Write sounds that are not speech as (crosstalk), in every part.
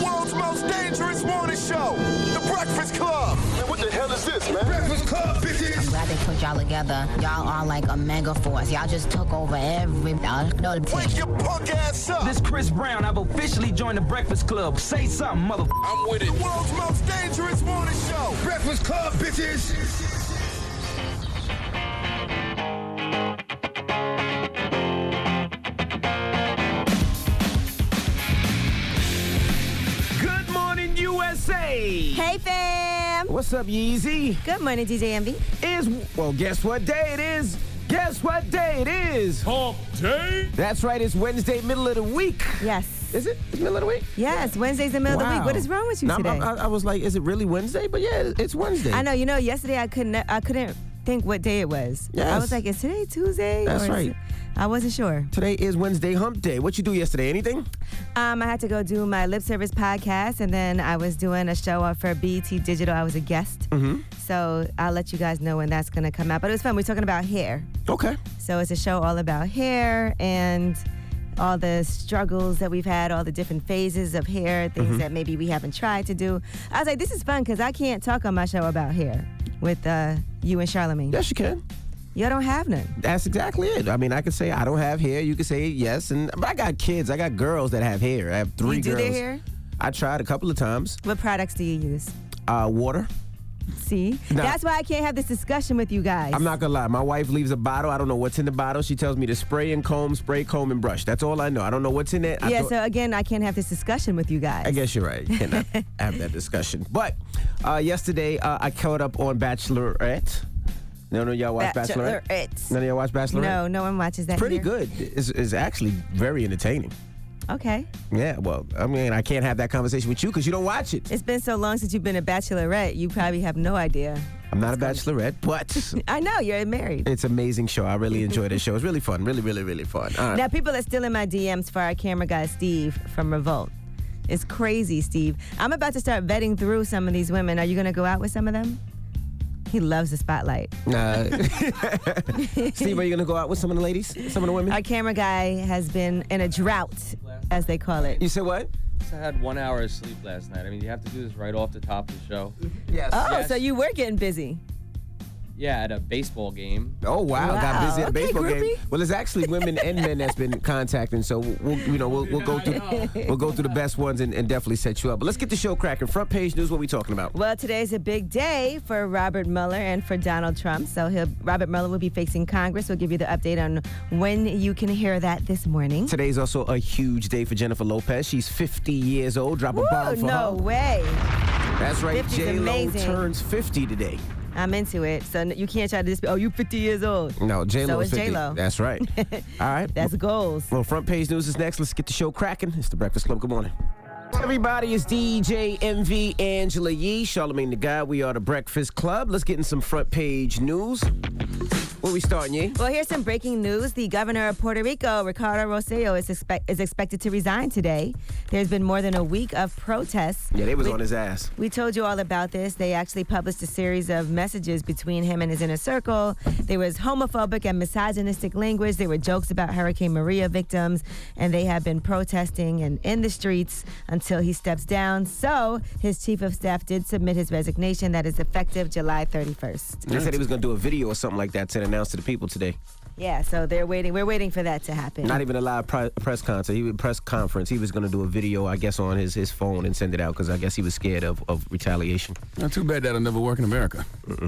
most dangerous morning show, The Breakfast Club. Man, what the hell is this, man? Breakfast Club, bitches. Glad they put y'all together. Y'all are like a mega force. Y'all just took over every. Y'all know the Wake your punk ass up. This Chris Brown. I've officially joined the Breakfast Club. Say something, mother. I'm with it. The world's most dangerous morning show, Breakfast Club, bitches. Good morning, USA. Hey fam! What's up, Yeezy? Good morning, DJ Envy. Is well, guess what day it is? Guess what day it is? Hump day. That's right. It's Wednesday, middle of the week. Yes. Is it It's middle of the week? Yes, Wednesday's the middle of the week. Wow. What is wrong with you No, I'm- today? I'm- I, I was like, is it really Wednesday? But yeah, it- it's Wednesday. I know. You know, yesterday I couldn't. I couldn't think what day it was. I Yes. was like, is today Tuesday? That's is right. it- I wasn't sure. Today is Wednesday Hump Day. What you do yesterday? Anything? Um, I had to go do my lip service podcast, and then I was doing a show off for BT Digital. I was a guest, Mm-hmm. so I'll let you guys know when that's gonna come out. But it was fun. We're talking about hair, Okay. so it's a show all about hair and all the struggles that we've had, all the different phases of hair, things Mm-hmm. that maybe we haven't tried to do. I was like, this is fun because I can't talk on my show about hair with uh, you and Charlamagne. Yes, you can. Y'all don't have none. That's exactly it. I mean, I could say I don't have hair. You could say yes, and but I got kids. I got girls that have hair. I have three you do girls. their hair. I tried a couple of times. What products do you use? Uh, water. See, No. that's why I can't have this discussion with you guys. I'm not gonna lie. My wife leaves a bottle. I don't know what's in the bottle. She tells me to spray and comb, spray, comb, and brush. That's all I know. I don't know what's in it. I yeah, thought- so again, I can't have this discussion with you guys. I guess you're right. You (laughs) cannot have that discussion. But uh, yesterday, uh, I caught up on Bachelorette. No, no, y'all watch Bachelorette. Bachelorette. None of y'all watch Bachelorette. No, no one watches that. Pretty here. good. It's, it's actually very entertaining. Okay. Yeah, well, I mean, I can't have that conversation with you because you don't watch it. It's been so long since you've been a bachelorette, you probably have no idea. I'm not a bachelorette, (laughs) but I know, you're married. it's amazing show. I really enjoy this show. It's really fun. Really, really, really fun. All right. Now, people are still in my DMs for our camera guy, Steve from Revolt. It's crazy, Steve. I'm about to start vetting through some of these women. Are you going to go out with some of them? He loves the spotlight. Nah. (laughs) Steve, are you gonna go out with some of the ladies, some of the women? Our camera guy has been in a drought, as they call it. you said what? I had one hour of sleep last night. I mean, you have to do this right off the top of the show. Yes. Oh, Yes. so you were getting busy. Yeah, at a baseball game. Oh wow, got Wow. busy at a Okay, baseball game. groupie. Well, it's actually women and men that's been contacting, so we'll, we'll you know we'll, we'll go through we'll go through the best ones and, and definitely set you up. But let's get the show cracking. Front page news. What we talking about? Well, today's a big day for Robert Mueller and for Donald Trump. So he'll, Robert Mueller will be facing Congress. We'll give you the update on when you can hear that this morning. Today's also a huge day for Jennifer Lopez. She's 50 years old. Drop a bomb Woo, for no her. way. That's right. 50's J Lo amazing. turns 50 today. I'm into it. So n- you can't try to just be, oh, you 50 years old. No, J Lo So is is 50. J-Lo. That's right. All right. That's goals. Well, front page news is next. Let's get the show cracking. It's the Breakfast Club. Good morning. Everybody, it's DJ MV Angela Yee, Charlemagne the Guy. We are the Breakfast Club. Let's get in some front page news. Where we starting, Yee? (laughs) Well, here's some breaking news. The governor of Puerto Rico, Ricardo Rosello, is, expect- is expected to resign today. There's been more than a week of protests. Yeah, they was We- on his ass. We told you all about this. They actually published a series of messages between him and his inner circle. There was homophobic and misogynistic language. There were jokes about Hurricane Maria victims, and they have been protesting and in the streets until he steps down. So his chief of staff did submit his resignation that is effective July 31st. They said he was going to do a video or something like that to announce to the people today. Yeah, so they're waiting. We're waiting for that to happen. Not even a live pri- press concert. He was press conference. He was going to do a video, I guess, on his, his phone and send it out because I guess he was scared of, of retaliation. Not too bad that'll never work in America.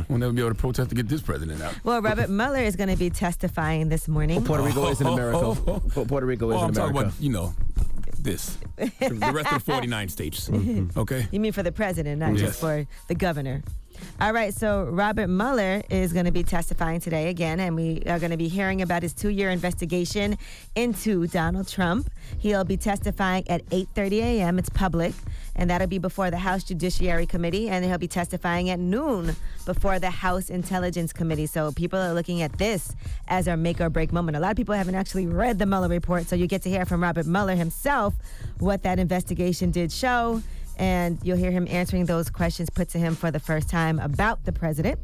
We'll never be able to protest to get this president out. well, Robert Mueller is going to be testifying this morning. Puerto Rico (laughs) isn't America. Oh. Pu- Puerto Rico Well, isn't I'm talking America. about, you know, this. the rest of the 49 (laughs) states. Mm-hmm. Okay? You mean for the president, not Yes. just for the governor. All right, so Robert Mueller is going to be testifying today again, and we are going to be hearing about his two-year investigation into Donald Trump. He'll be testifying at 8:30 a.m. It's public, and that'll be before the House Judiciary Committee, and he'll be testifying at noon before the House Intelligence Committee. So people are looking at this as our make or break moment. A lot of people haven't actually read the Mueller report, so you get to hear from Robert Mueller himself what that investigation did show and you'll hear him answering those questions put to him for the first time about the president.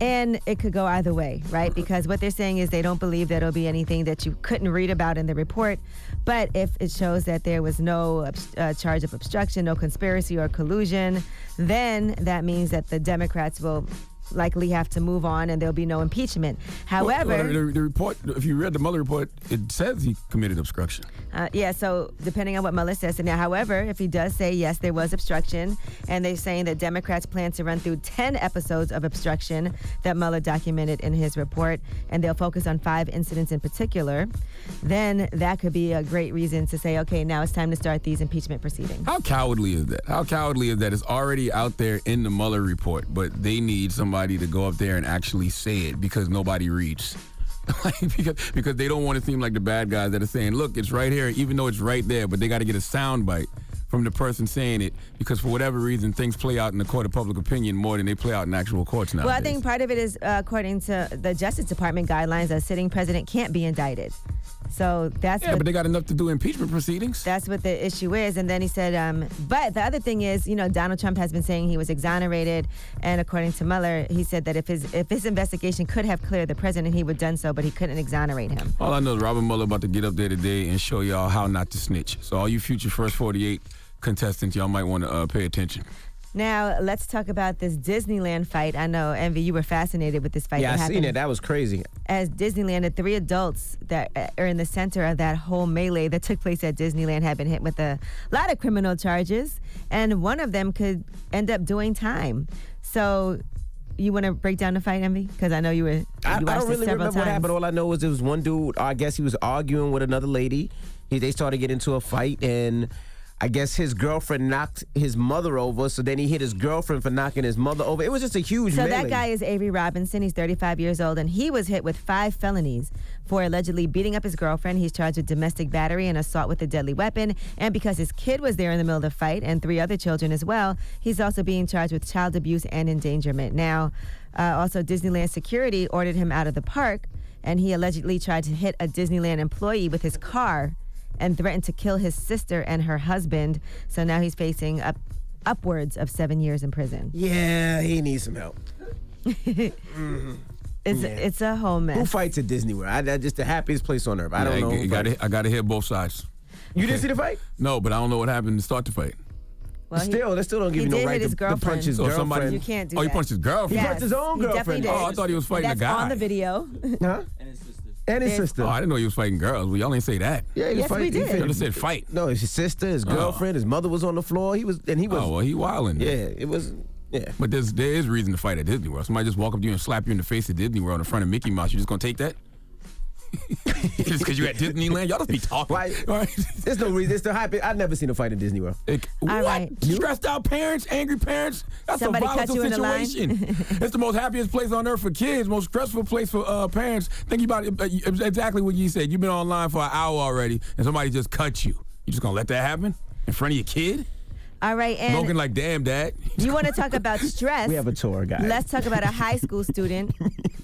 And it could go either way, Uh-huh. right? Because what they're saying is they don't believe that it'll be anything that you couldn't read about in the report. But if it shows that there was no obst- uh, charge of obstruction, no conspiracy or collusion, then that means that the Democrats will likely have to move on and there'll be no impeachment. However, Well, the, the report, if you read the Mueller report, it says he committed obstruction. Uh, yeah, so depending on what Mueller says. Now, however, if he does say yes, there was obstruction, and they're saying that Democrats plan to run through 10 episodes of obstruction that Mueller documented in his report, and they'll focus on five incidents in particular, then that could be a great reason to say, okay, now it's time to start these impeachment proceedings. How cowardly is that? How cowardly is that? It's already out there in the Mueller report, but they need somebody to go up there and actually say it because nobody reads. (laughs) like because, because they don't want to seem like the bad guys that are saying, look, it's right here, even though it's right there, but they got to get a sound bite from the person saying it because for whatever reason, things play out in the court of public opinion more than they play out in actual courts now. Well, I think part of it is uh, according to the Justice Department guidelines, a sitting president can't be indicted. So that's Yeah, what but they got enough to do impeachment proceedings. That's what the issue is. And then he said, um, but the other thing is, you know, Donald Trump has been saying he was exonerated, and according to Mueller, he said that if his if his investigation could have cleared the president, he would done so, but he couldn't exonerate him. All I know is Robert Mueller about to get up there today and show y'all how not to snitch. So all you future first 48 contestants, y'all might want to uh, pay attention. Now let's talk about this Disneyland fight. I know Envy, you were fascinated with this fight. Yeah, that I seen happened it. That was crazy. as Disneyland, the three adults that uh, are in the center of that whole melee that took place at Disneyland have been hit with a lot of criminal charges, and one of them could end up doing time. So, you want to break down the fight, Envy? Because I know you were. You I, I watched don't it really several remember what times. happened. All I know is it was one dude. I guess he was arguing with another lady. He, they started getting into a fight, and I guess his girlfriend knocked his mother over. So then he hit his girlfriend for knocking his mother over. It was just a huge. So melee. that guy is Avery Robinson. He's 35 years old, and he was hit with five felonies for allegedly beating up his girlfriend. He's charged with domestic battery and assault with a deadly weapon. And because his kid was there in the middle of the fight and three other children as well, he's also being charged with child abuse and endangerment. Now, uh, also Disneyland security ordered him out of the park, and he allegedly tried to hit a Disneyland employee with his car and threatened to kill his sister and her husband. So now he's facing up. Upwards of seven years in prison. (laughs) Yeah, he needs some help. Mm-hmm. It's it's a whole mess. Who fights at Disney World? I, that's just the happiest place on earth. I don't Yeah, know. I, who got fights. to, I got to hear both sides. You didn't see the fight? No, but I don't know what happened to start the fight. Well, he- still, that still don't give he you no did right hit to, his to punch his So girlfriend. somebody- You can't do Oh, he that. punched his girlfriend. He punched his own he girlfriend. definitely did. Oh, I thought he was fighting That's a guy. on the video. huh? And his sister. And his There's- Oh, sister. I didn't know he was fighting girls. Well, y'all ain't say that. Yeah, he Yes, we fight, did. He Y'all fight- just said fight. no, it's his sister, his girlfriend, his mother was on the floor. He was, and he was. Oh, well, he wilding. yeah, it was. Yeah. But there's, there is reason to fight at Disney World. Somebody just walk up to you and slap you in the face at Disney World in front of Mickey Mouse. You just gonna take that? (laughs) just because you at Disneyland? Y'all just be talking. Why- All right. (laughs) There's no reason. It's the hype. I've never seen a fight in Disney World. Like, All what? right. Stressed out parents, angry parents. That's Somebody a cut volatile you in the line? situation. (laughs) it's the most happiest place on earth for kids, most stressful place for uh, parents. Think about it, uh, you- exactly what you said. You've been online for an hour already, and somebody just cut you. You just gonna let that happen in front of your kid? All right, Broken and like damn, dad. (laughs) you want to (laughs) talk about stress? We have a tour guide. Let's talk about a high school student.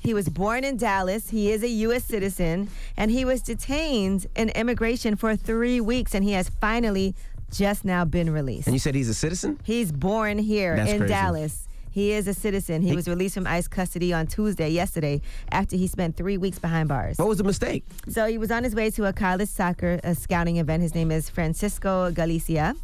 He was born in Dallas. He is a U.S. citizen, and he was detained in immigration for three weeks, and he has finally just now been released. and you said he's a citizen? He's born here That's in crazy. Dallas. He is a citizen. He was released from ICE custody on Tuesday, yesterday, after he spent three weeks behind bars. What was the mistake? So he was on his way to a college soccer uh scouting event. His name is Francisco Galicia.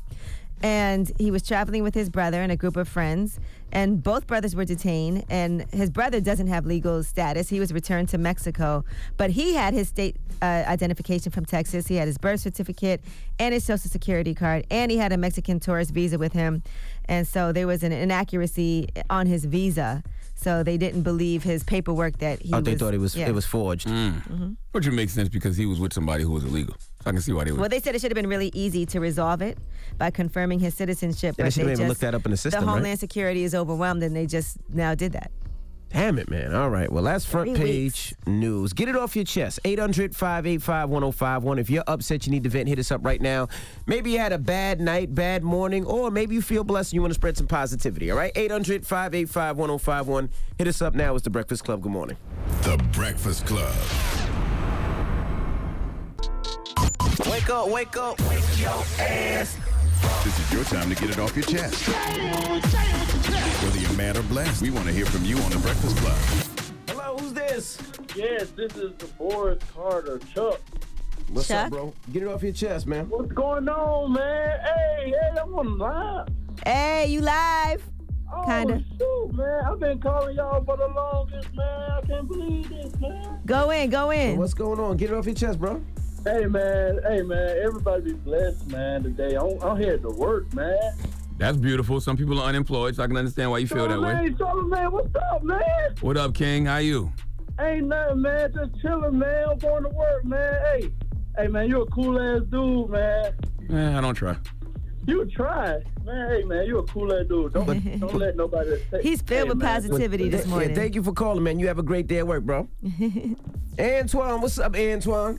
And he was traveling with his brother and a group of friends. And both brothers were detained. And his brother doesn't have legal status. He was returned to Mexico. But he had his state uh, identification from Texas. He had his birth certificate and his social security card. And he had a Mexican tourist visa with him. And so there was an inaccuracy on his visa. So they didn't believe his paperwork that he oh, was. they thought it was yeah. Mm-hmm. it was forged. Mm. Which would make sense because he was with somebody who was illegal. So I can see why they would. Well, they said it should have been really easy to resolve it by confirming his citizenship. Yeah, they but should've even just- looked that up in the system, The right? Homeland Security is overwhelmed, and they just now did that. Damn it, man. All right. Well, that's front Three page news. Get it off your chest. 800 585 1051. If you're upset, you need to vent, hit us up right now. Maybe you had a bad night, bad morning, or maybe you feel blessed and you want to spread some positivity. All right? 800 585 1051. Hit us up now. It's The Breakfast Club. Good morning. The Breakfast Club. Wake up, wake up. Ass This is your time to get it off your chest. Whether you're mad or blessed, we want to hear from you on The Breakfast Club. Hello, who's this? Yes, this is the Boris Carter Chuck. What's Chuck? up, bro? Get it off your chest, man. What's going on, man? Hey, hey, I'm on live. Hey, you live? Oh, Kinda. shoot, man. I've been calling y'all for the longest, man. I can't believe this, man. Go in, go in. What's going on? Get it off your chest, bro. Hey, man. Hey, man. Everybody be blessed, man, today. I'm, I'm here to work, man. That's beautiful. Some people are unemployed, so I can understand why you feel Oh that way. Charlamagne, Charlamagne, what's up, man? What up, King? How you? Ain't nothing, man. Just chilling, man. I'm going to work, man. Hey, hey, man, you a cool-ass dude, man. Eh, I don't try. You try. Man, hey, man, you a cool-ass dude. Don't, don't let nobody... He's Hey, filled with man. positivity this Yeah, morning. thank you for calling, man. You have a great day at work, (laughs) bro. Antoine, what's up, Antoine?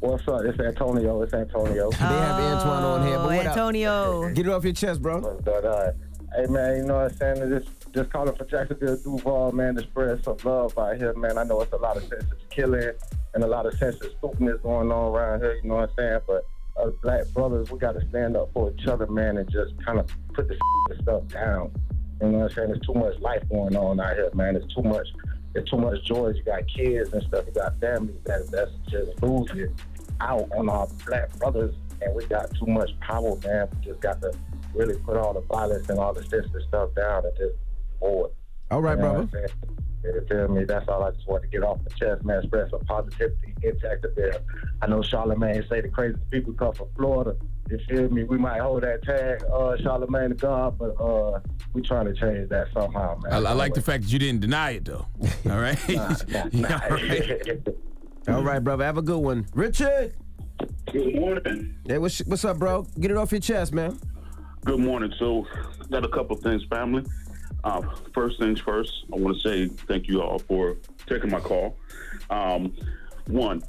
What's up? It's Antonio. It's Antonio. They have Antoine on here, but Oh, what up? Antonio. Get it off your chest, bro. But uh, hey man, you know what I'm saying? Just just calling for Jacksonville Duval, man, to spread some love out here, man. I know it's a lot of senseless killing and a lot of senseless stupidness going on around here, you know what I'm saying? But us black brothers, we gotta stand up for each other, man, and just kind of put the (laughs) stuff down. You know what I'm saying? There's too much life going on out here, man. There's too much. There's too much joy. You got kids and stuff. You got families that that's just losing out on our black brothers, and we got too much power, man. We just got to really put all the violence and all the senseless stuff down and just forward. All right, You know what brother. I'm saying? You feel me? That's all I just want to get off my chest, man. Spread some positivity in Jacksonville. I know Charlemagne say the craziest people come from Florida. You feel me? We might hold that tag, uh, Charlemagne to God, but uh, we trying to change that somehow, man. I, I like the fact that you didn't deny it, (laughs) though. All right? (laughs) Yeah, all right. All right, brother. Have a good one. Richard. Good morning. Hey, what's, what's up, bro? Get it off your chest, man. Good morning. So, got a couple things, family. Uh, first things first, I want to say thank you all for taking my call. Um, one,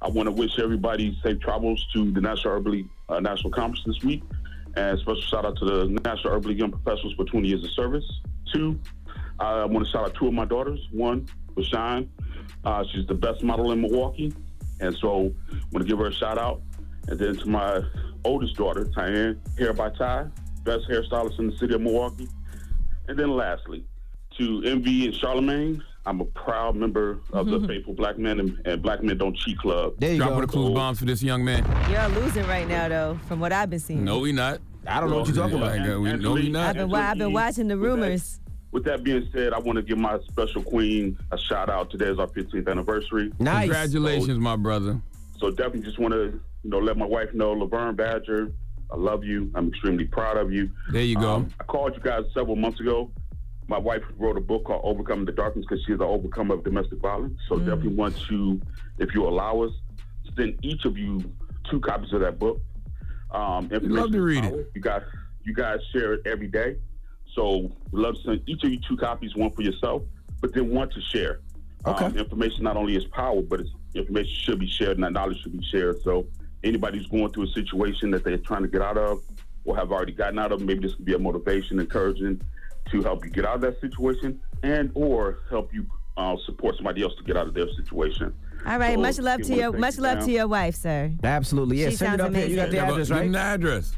I want to wish everybody safe travels to the National Herbal League, uh, National Conference this week, and special shout out to the National Herbal League Young Professionals for 20 years of service. Two, I want to shout out two of my daughters. One was Shine. Uh, she's the best model in Milwaukee, and so want to give her a shout out. And then to my oldest daughter, Tyann, Hair by Ty, best hairstylist in the city of Milwaukee. And then lastly, to MV and Charlemagne, I'm a proud member of Mm-hmm. the Faithful Black Men and, and Black Men Don't Cheat Club. There you Drop go. the clues bombs for this young man. You're losing right now, though, from what I've been seeing. No, we not. I don't know what you're talking about. Yeah, we- no, we not. I've been, wa- I've been watching the rumors. With that being said, I want to give my special queen a shout out. Today is our 15th anniversary. Nice. Congratulations, my (laughs) brother. So definitely just want to you know let my wife know, Laverne Badger, I love you. I'm extremely proud of you. Um, There you go. I called you guys several months ago. My wife wrote a book called Overcoming the Darkness because she's an overcomer of domestic violence. So Mm. definitely want you, if you allow us, send each of you two copies of that book. Um, information to is read it. power. You guys, you guys share it every day. So we'd love to send each of you two copies, one for yourself, but then one to share. Okay. Um, information not only is power, but it's, information should be shared and that knowledge should be shared. So anybody who's going through a situation that they're trying to get out of or have already gotten out of, maybe this could be a motivation, encouraging to help you get out of that situation and or help you uh, support somebody else to get out of their situation. All right, So, much love we to wanna your thank much you, love ma'am. to your wife, sir. Absolutely. Yeah, She send it sounds up here. You got amazing. the Yeah, but address, give him right? the address.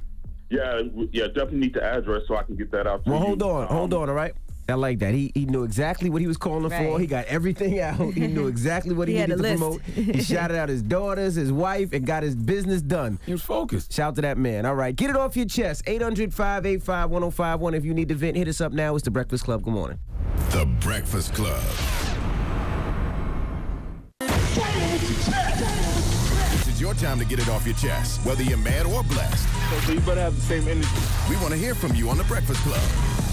Yeah, w- yeah, definitely need the address so I can get that out to Well, you. hold on. Hold Um, on, all right? I like that. He, he knew exactly what he was calling for. Right. He got everything out. He (laughs) knew exactly what he, He had needed to a promote. list. He shouted out his daughters, his wife, and got his business done. He was focused. Shout to that man. All right, get it off your chest. 800 585 1051. If you need to vent, hit us up now. It's The Breakfast Club. Good morning. The Breakfast Club. This is your time to get it off your chest, whether you're mad or blessed. So you better have the same energy. We want to hear from you on The Breakfast Club.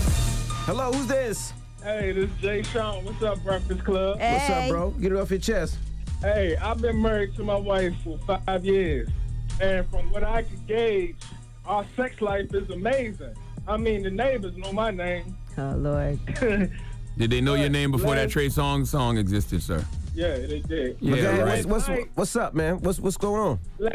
Hello, who's this? Hey, this is Jay Sean. What's up, Breakfast Club? Hey. What's up, bro? Get it off your chest. Hey, I've been married to my wife for five years, and from what I can gauge, our sex life is amazing. I mean, the neighbors know my name. Oh Lord. Did they know your name before that Last- Trey Song song existed, sir? yeah, they did. But Yeah, go ahead, right. what's, what's, Right. what's up, man? What's what's going on? La-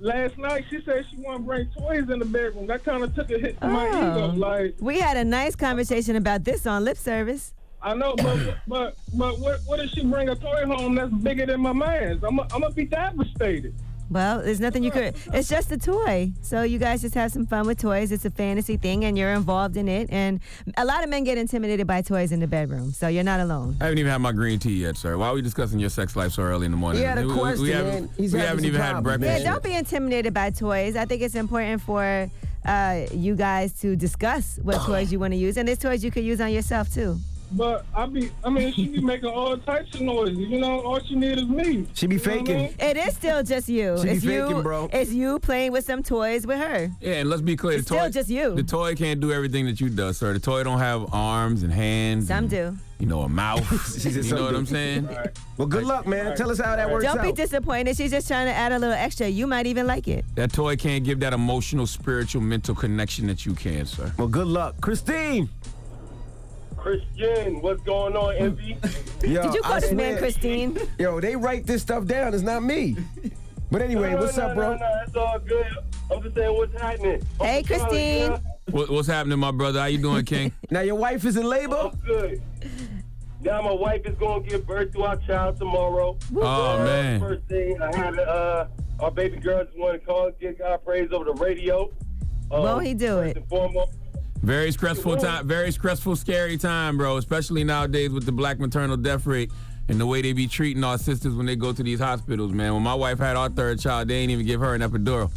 Last night, she said she want to bring toys in the bedroom. That kind of took a hit to my ego. Oh. Like, We had a nice conversation about this on lip service. I know, but but but what what if she bring a toy home that's bigger than my man's? I'm i I'm gonna be devastated. Well, there's nothing you could. It's just a toy. So you guys just have some fun with toys. It's a fantasy thing, and you're involved in it. And a lot of men get intimidated by toys in the bedroom. So you're not alone. I haven't even had my green tea yet, sir. Why are we discussing your sex life so early in the morning? He had a We- we- We question. haven't, He's we having haven't some even had problems. breakfast. Yeah, don't be intimidated by toys. I think it's important for uh, you guys to discuss (sighs) what toys you want to use, and there's toys you could use on yourself too. But I be, I mean, she be making all types of noises. You know, all she need is me. She be You know what I faking. mean? It is still just you. She be it's you, faking, bro. It's you playing with some toys with her. Yeah, and let's be clear. It's the toy, still just you. The toy can't do everything that you do, sir. The toy don't have arms and hands. Some and, do. You know, a mouth. (laughs) She said you know some what do. I'm saying? Well, good luck, man. Tell us how that works Don't be out. disappointed. She's just trying to add a little extra. You might even like it. That toy can't give that emotional, spiritual, mental connection that you can, sir. Well, good luck, Christine. Christian, what's going on, Envy? Yo, Did you call I this man swear- Christine? Yo, they write this stuff down. It's not me. But anyway, No, what's no, up, bro? No, no, it's all good. I'm just saying what's happening. I'm sorry, Hey, Christine. yeah. What, what's happening, my brother? How you doing, King? (laughs) Now your wife is in labor. I'm good. Now my wife is gonna give birth to our child tomorrow. Uh, oh, man. First thing I had uh, our baby girl just want to call, get God praise over the radio. Um, Won't he do first it? and foremost, Very stressful time. Very stressful, scary time, bro. Especially nowadays with the black maternal death rate and the way they be treating our sisters when they go to these hospitals, man. When my wife had our third child, they ain't even give her an epidural.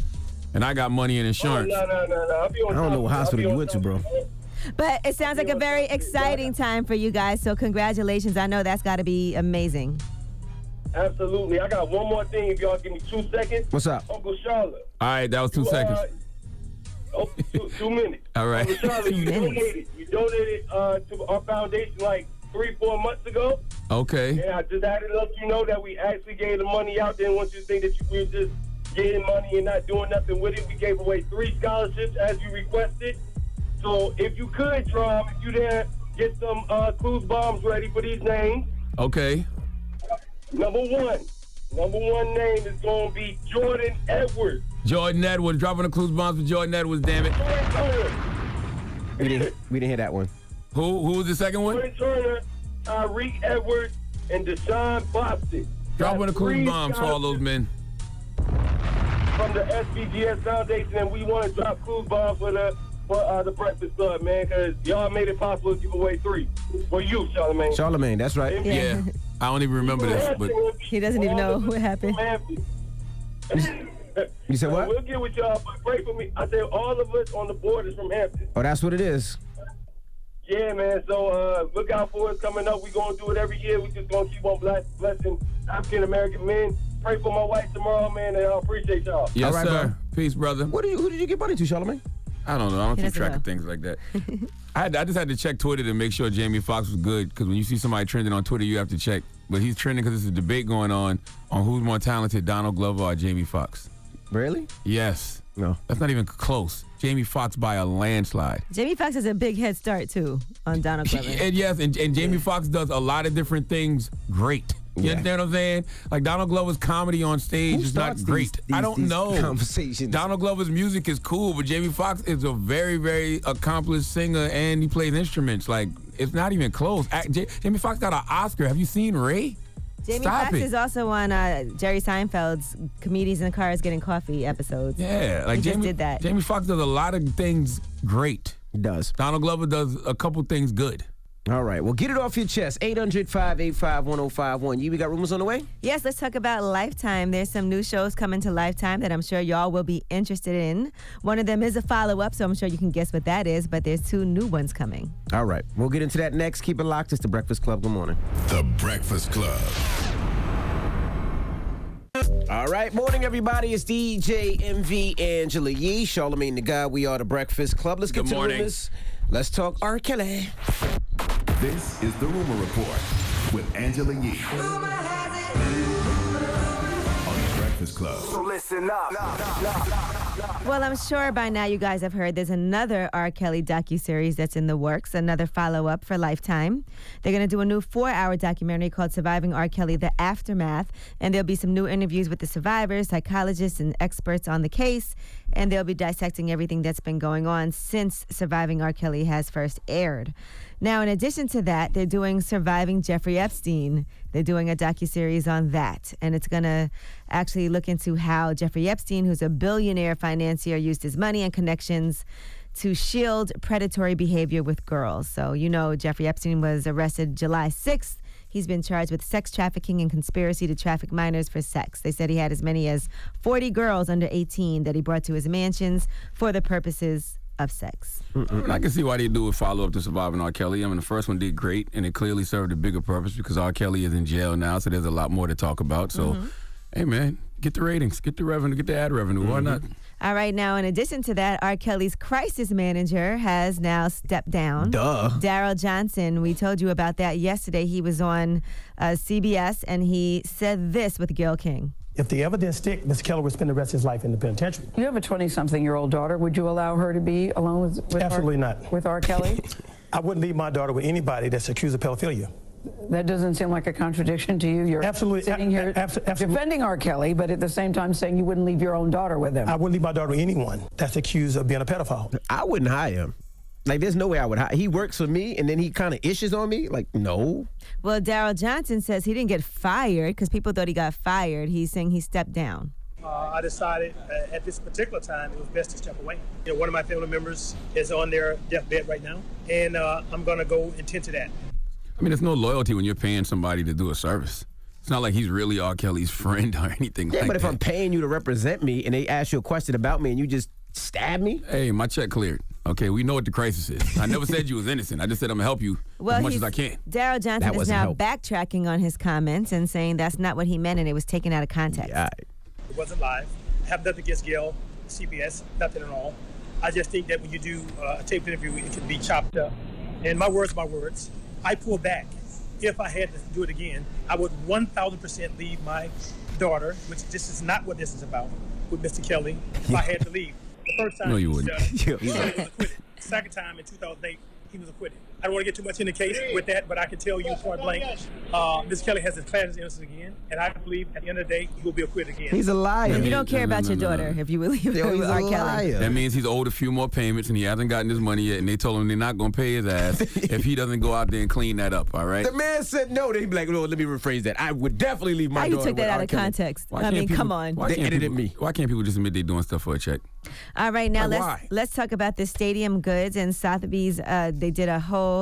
And I got money and oh, insurance. no, no, no, no. I'll be on I don't top know of it. what I'll be hospital on you went to, top bro. of it. But it sounds like a very exciting time for you guys. So congratulations. I know that's got to be amazing. Absolutely. I got one more thing. If y'all give me two seconds, What's up? Uncle Charlotte. All right, that was two you, seconds. uh, oh, (laughs) two, two minutes. All right. Uncle Charlotte, you Two minutes. donated. You donated uh, to our foundation like three, four months ago. Okay. And I just had to let you know that we actually gave the money out there. And once you to think that you were just getting money and not doing nothing with it, we gave away three scholarships as you requested. So if you could, Trom, if you there, get some uh, clues bombs ready for these names. Okay. Number one, number one name is going to be Jordan Edwards. Jordan Edwards dropping the clues bombs for Jordan Edwards. Damn it. Jordan Edwards. We didn't. We didn't hear that one. Who? Who was the second one? Quinn Turner, Tyreek Edwards, and Deshaun Boston. Dropping the That's clues three bombs for all those men. From the SBGS Foundation, and we want to drop clues bombs for the for uh, the Breakfast Club, man, because y'all made it possible to give away three. For you, Charlemagne. Charlemagne. That's right. Yeah. I don't even remember this, but He doesn't even know (laughs) what happened. You said We'll what? get with y'all, but pray for me. I said all of us on the board is from Hampton. Oh, that's what it is. Yeah, man. So uh, look out for us coming up. we going to do it every year. we just going to keep on bless- blessing African American men. Pray for my wife tomorrow, man, and I appreciate y'all. yes, All right, sir. bro. Peace, brother. What do you? Who did you give money to, Charlemagne? I don't know. I don't He keep doesn't track know. of things like (laughs) that. I, had, I just had to check Twitter to make sure Jamie Foxx was good because when you see somebody trending on Twitter, you have to check. But he's trending because there's a debate going on on who's more talented, Donald Glover or Jamie Foxx. Really? Yes. No. That's not even close. Jamie Foxx by a landslide. Jamie Foxx has a big head start too on Donald Glover. And yes, and, and Jamie Foxx does a lot of different things great. You Yeah. understand what I'm saying? Like Donald Glover's comedy on stage Who is not starts great. these- these- I don't these know. conversations? Donald Glover's music is cool, but Jamie Foxx is a very, very accomplished singer and he plays instruments. Like it's not even close. Ac- J- Jamie Foxx got an Oscar. Have you seen Ray? Jamie Stop Foxx it. is also on uh, Jerry Seinfeld's Comedians in Cars Getting Coffee episodes. Yeah, like He just Jamie did that. Jamie Foxx does a lot of things great. It does. Donald Glover does a couple things good. All right. Well, get it off your chest. 800-585-1051. You we got rumors on the way? Yes, let's talk about Lifetime. There's some new shows coming to Lifetime that I'm sure y'all will be interested in. One of them is a follow up, so I'm sure you can guess what that is, but there's two new ones coming. All right. We'll get into that next. Keep it locked. It's the Breakfast Club. Good morning. The Breakfast Club. All right, morning everybody. It's DJ MV Angela Yee, Charlemagne the Guy. We are the Breakfast Club. Let's get Good to morning. the rumors. Let's talk R. Kelly. This is the Rumor Report with Angela Yee. On the Breakfast Club. Well, I'm sure by now you guys have heard there's another R. Kelly docuseries that's in the works, another follow up for Lifetime. They're going to do a new four hour documentary called Surviving R. Kelly The Aftermath, and there'll be some new interviews with the survivors, psychologists, and experts on the case, and they'll be dissecting everything that's been going on since Surviving R. Kelly has first aired. Now, in addition to that, they're doing Surviving Jeffrey Epstein. They're doing a docu series on that, and it's gonna actually look into how Jeffrey Epstein, who's a billionaire financier, used his money and connections to shield predatory behavior with girls. So you know Jeffrey Epstein was arrested July sixth. He's been charged with sex trafficking and conspiracy to traffic minors for sex. They said he had as many as 40 girls under 18 that he brought to his mansions for the purposes of sex. I, mean, I can see why they do a follow up to Surviving R. Kelly. I mean, the first one did great, and it clearly served a bigger purpose because R. Kelly is in jail now, so there's a lot more to talk about. So, Mm-hmm. hey, man, get the ratings, get the revenue, get the ad revenue. Why not? All right, now, in addition to that, R. Kelly's crisis manager has now stepped down. Duh. Daryl Johnson, we told you about that yesterday. He was on uh, CBS and he said this with Gil King. If the evidence stick, Mr. Keller would spend the rest of his life in the penitentiary. You have a 20 something year old daughter. Would you allow her to be alone with, with Absolutely R- not. With R. Kelly? (laughs) I wouldn't leave my daughter with anybody that's accused of pedophilia. that doesn't seem like a contradiction to you. You're absolutely, sitting here defending R. Kelly, but at the same time saying you wouldn't leave your own daughter with him. I wouldn't leave my daughter with anyone that's accused of being a pedophile. I wouldn't hire him. Like, there's no way I would hire. He works for me, and then he kind of issues on me. Like, no. Well, Daryl Johnson says he didn't get fired because people thought he got fired. He's saying he stepped down. uh, I decided uh, at this particular time it was best to step away. You know, one of my family members is on their deathbed right now, and uh, I'm going to go intend to that. I mean, there's no loyalty when you're paying somebody to do a service. It's not like he's really R. Kelly's (laughs) friend or anything Yeah, like but if that. I'm paying you to represent me, and they ask you a question about me, and you just stab me. Hey, my check cleared. Okay, we know what the crisis is. I never said you was innocent. I just said I'm gonna help you Well, as much he's- as I can. Daryl Johnson is wasn't now help. backtracking on his comments and saying that's not what he meant and it was taken out of context. It wasn't live. I have nothing against Gail, CBS, nothing at all. I just think that when you do uh, a taped interview, it can be chopped up. And my words, my words. I pull back. If I had to do it again, I would 1,000% leave my daughter, which this is not what this is about, with Mr. Kelly, if I had to leave. The first time No, he you was wouldn't. judged, he Yeah. said he was acquitted. The second time in 2008, he was acquitted. I don't want to get too much in the case with that, but I can tell you point blank, uh, Ms. Kelly has declared his innocence again, and I believe at the end of the day, he will be acquitted again. He's a liar. You don't No, care no, about no, your no, daughter if you believe Yo, it he's was a R. Kelly. liar. That means he's owed a few more payments and he hasn't gotten his money yet. And they told him they're not gonna pay his (laughs) ass if he doesn't go out there and clean that up. All right. The man said no. Then he be like, no, let me rephrase that. I would definitely leave my How you daughter took that with out R. of Kelly. context? I mean, people- come on. Why They can't edited people, me. Why can't people just admit they're doing stuff for a check? All right, now Like, let's why? let's talk about the stadium goods and Sotheby's. Uh, they did a whole.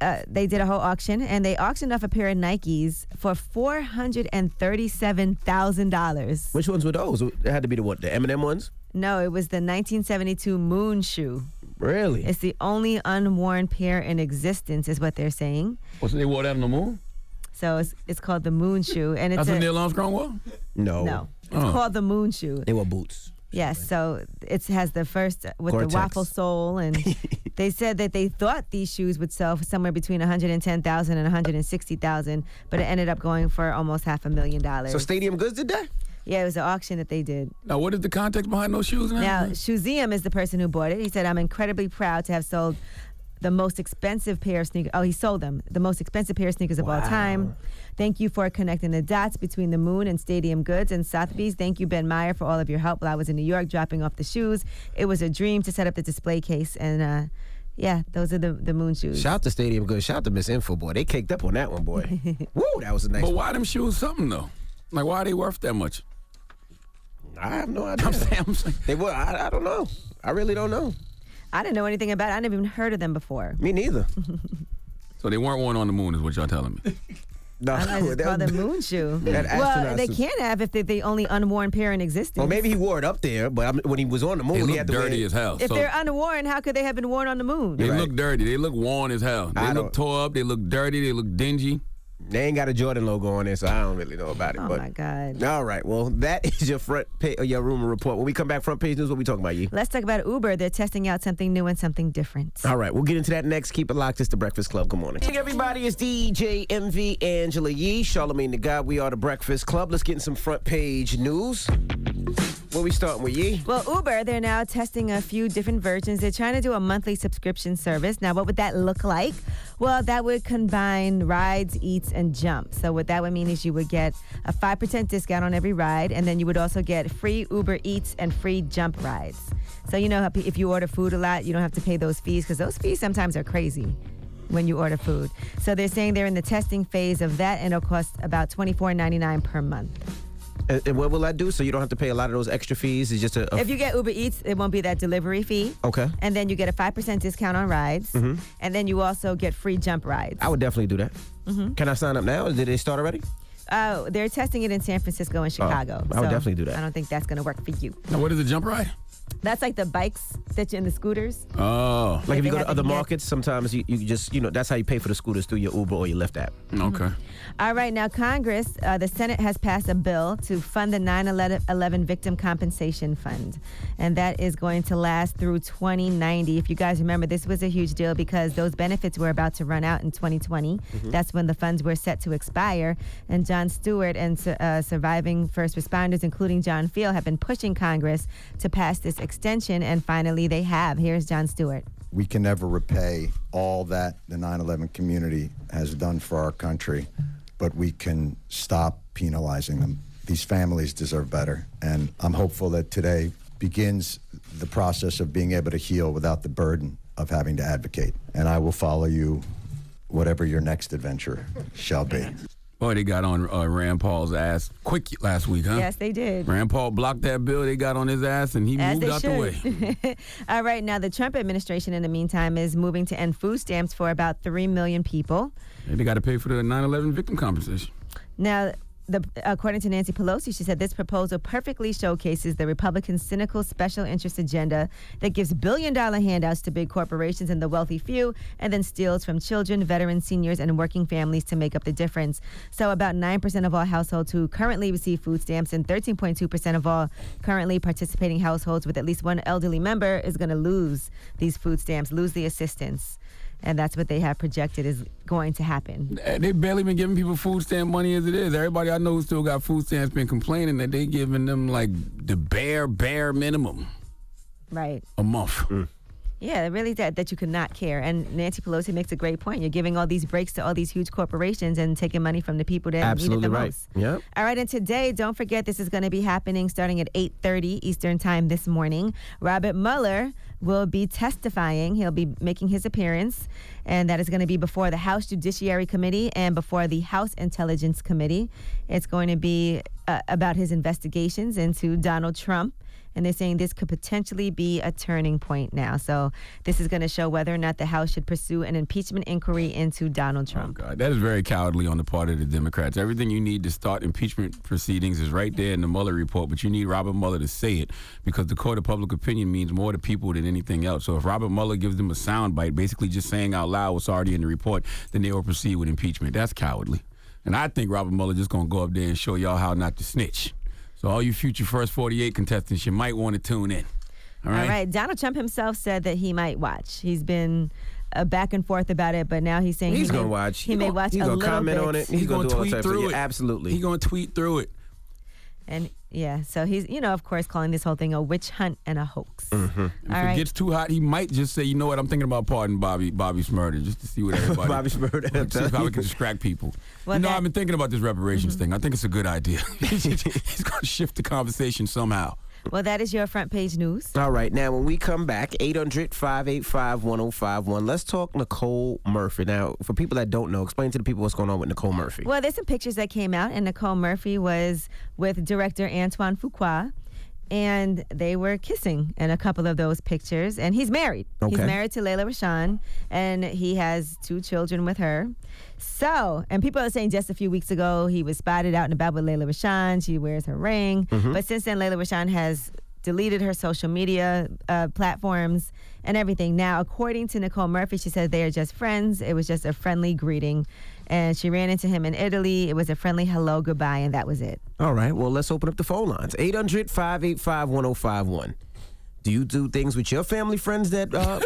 Uh, they did a whole auction and they auctioned off a pair of Nikes for four hundred and thirty-seven thousand dollars. Which ones were those? It had to be the what? The Eminem ones? No, it was the nineteen seventy-two Moon shoe. Really? It's the only unworn pair in existence, is what they're saying. Well, so they wore that on the moon? So it's it's called the Moon shoe, and it's That's a, what Neil Armstrong Oh. wore? No. no, it's called the Moon shoe. They were boots. Yes, so it has the first uh, with Gore-Tex. the waffle (laughs) sole, and they said that they thought these shoes would sell for somewhere between 110,000 and 160,000, but it ended up going for almost half a million dollars. So Stadium Goods did that? yeah, it was an auction that they did. Now, what is the context behind those shoes now? Now, Shuzium is the person who bought it. He said, "I'm incredibly proud to have sold the most expensive pair of sneakers. Oh, he sold them the most expensive pair of sneakers of all time. Thank you for connecting the dots between the moon and Stadium Goods and Sotheby's. Thank you, Ben Meyer, for all of your help while I was in New York dropping off the shoes. It was a dream to set up the display case, and uh, yeah, those are the the moon shoes. Shout out to Stadium Goods. Shout out to Miss Info Boy. They caked up on that one, boy. (laughs) Woo, that was a nice but one. why them shoes something, though? Like, why are they worth that much? I have no idea. I'm saying, I'm saying. They were, I, I don't know. I really don't know. I didn't know anything about it. I never even heard of them before. Me neither. So they weren't worn on the moon, is what y'all telling me. No, I just call them moon shoe. That well, astronaut they suit. can't have if they're the only unworn pair in existence. Well, maybe he wore it up there, but I'm, when he was on the moon, They he look had to dirty wear as hell. If Oh, so they're unworn, how could they have been worn on the moon? they look dirty. They look worn as hell. They I look don't- tore up. They look dirty. They look dingy. They ain't got a Jordan logo on there, so I don't really know about it. Oh but my God. all right, well, that is your front page, your rumor report. When we come back, front page news. What we talking about, you? Let's talk about Uber. They're testing out something new and something different. All right, we'll get into that next. Keep it locked. It's the Breakfast Club. Good morning. Hey, everybody. It's DJ MV Angela Yee, Charlemagne the Guy. We are the Breakfast Club. Let's get in some front page news. Where we starting with Yee? Well, Uber, they're now testing a few different versions. They're trying to do a monthly subscription service. Now, what would that look like? Well, that would combine rides, eats, and jump. So, what that would mean is you would get a 5% discount on every ride, and then you would also get free Uber Eats and free jump rides. So, you know, how pe- if you order food a lot, you don't have to pay those fees because those fees sometimes are crazy. when you order food. So they're saying they're in the testing phase of that, and it'll cost about $24.99 per month. And, and what will that do? So you don't have to pay a lot of those extra fees. It's just a. a If you get Uber Eats, it won't be that delivery fee. okay. And then you get a 5% discount on rides. Mhm. And then you also get free jump rides. I would definitely do that. Mhm. Can I sign up now? Did they start already? Oh, they're testing it in San Francisco and Chicago. Oh, I would definitely do that. I don't think that's going to work for you. Now, what is a jump ride? That's like the bikes that you in the scooters. Oh. Like if They you go have to to other get- markets, sometimes you, you just, you know, that's how you pay for the scooters through your Uber or your Lyft app. Mm-hmm. Okay. All right, now Congress, uh, the Senate has passed a bill to fund the 9 11 Victim Compensation Fund. And that is going to last through 2090. If you guys remember, this was a huge deal because those benefits were about to run out in 2020. Mhm. That's when the funds were set to expire. And John Stewart and su- uh, surviving first responders, including John Field, have been pushing Congress to pass this extension. And finally, they have. Here's John Stewart. we can never repay all that the 9 11 community has done for our country, but we can stop penalizing them. These families deserve better. And I'm hopeful that today begins the process of being able to heal without the burden of having to advocate. And I will follow you, whatever your next adventure shall be. Boy, they got on uh, Rand Paul's ass quick last week, huh? Yes, they did. Rand Paul blocked that bill they got on his ass and he As moved they out the way. should. (laughs) All right, now the Trump administration, in the meantime, is moving to end food stamps for about 3 million people. And they got to pay for the 9 11 victim compensation. Now, the, according to Nancy Pelosi, she said this proposal perfectly showcases the Republican cynical special interest agenda that gives billion dollar handouts to big corporations and the wealthy few, and then steals from children, veterans, seniors, and working families to make up the difference. So, about 9% of all households who currently receive food stamps and 13.2% of all currently participating households with at least one elderly member is going to lose these food stamps, lose the assistance. And that's what they have projected is going to happen. Eh, They barely been giving people food stamp money as it is. Everybody I know who still got food stamps been complaining that they giving them like the bare, bare minimum Right. a month. Mm. Yeah, really that that you could not care. And Nancy Pelosi makes a great point. You're giving all these breaks to all these huge corporations and taking money from the people that need Absolutely it the right. most. Yep. All right, and today, don't forget this is going to be happening starting at 8:30 Eastern Time this morning. Robert Mueller will be testifying. He'll be making his appearance, and that is going to be before the House Judiciary Committee and before the House Intelligence Committee. It's going to be uh, about his investigations into Donald Trump. And they're saying this could potentially be a turning point now. So, this is going to show whether or not the House should pursue an impeachment inquiry into Donald Trump. God, that is very cowardly on the part of the Democrats. Everything you need to start impeachment proceedings is right there in the Mueller report, but you need Robert Mueller to say it because the court of public opinion means more to people than anything else. So if Robert Mueller gives them a soundbite, basically just saying out loud what's already in the report, then they will proceed with impeachment. That's cowardly. And I think Robert Mueller just going to go up there and show y'all how not to snitch. So all you future first 48 contestants, you might want to tune in. All right? All right. Donald Trump himself said that he might watch. He's been uh, back and forth about it, but now he's saying He's he may- gonna watch. He, He may gonna- watch he's a gonna little comment bit. on it. He's gonna do all types of- yeah, absolutely. He going to tweet through it. And yeah, so he's you know of course calling this whole thing a witch hunt and a hoax. Mm-hmm. If All it right. gets too hot, he might just say, "You know what? I'm thinking about pardoning Bobby Bobby Smurda just to see what everybody Bobby Smurda. (laughs) see how we can distract people." Well, you know, that- I've been thinking about this reparations thing. I think it's a good idea. (laughs) He's going to shift the conversation somehow. Well, that is your front page news. All right, now when we come back, 800 585 1051, let's talk Nicole Murphy. Now, for people that don't know, explain to the people what's going on with Nicole Murphy. Well, there's some pictures that came out, and Nicole Murphy was with director Antoine Fuqua, and they were kissing in a couple of those pictures. And he's married. He's Okay. married to Layla Rashan, and he has two children with her. So, and people are saying just a few weeks ago he was spotted out and about with Layla Rashan. She wears her ring, Mhm. Mm-hmm. but since then Layla Rashan has deleted her social media uh, platforms and everything. Now, according to Nicole Murphy, she said they are just friends. It was just a friendly greeting. And she ran into him in Italy. It was a friendly hello, goodbye, and that was it. All right, well, let's open up the phone lines 800 585 1051. Do you do things with your family friends that uh,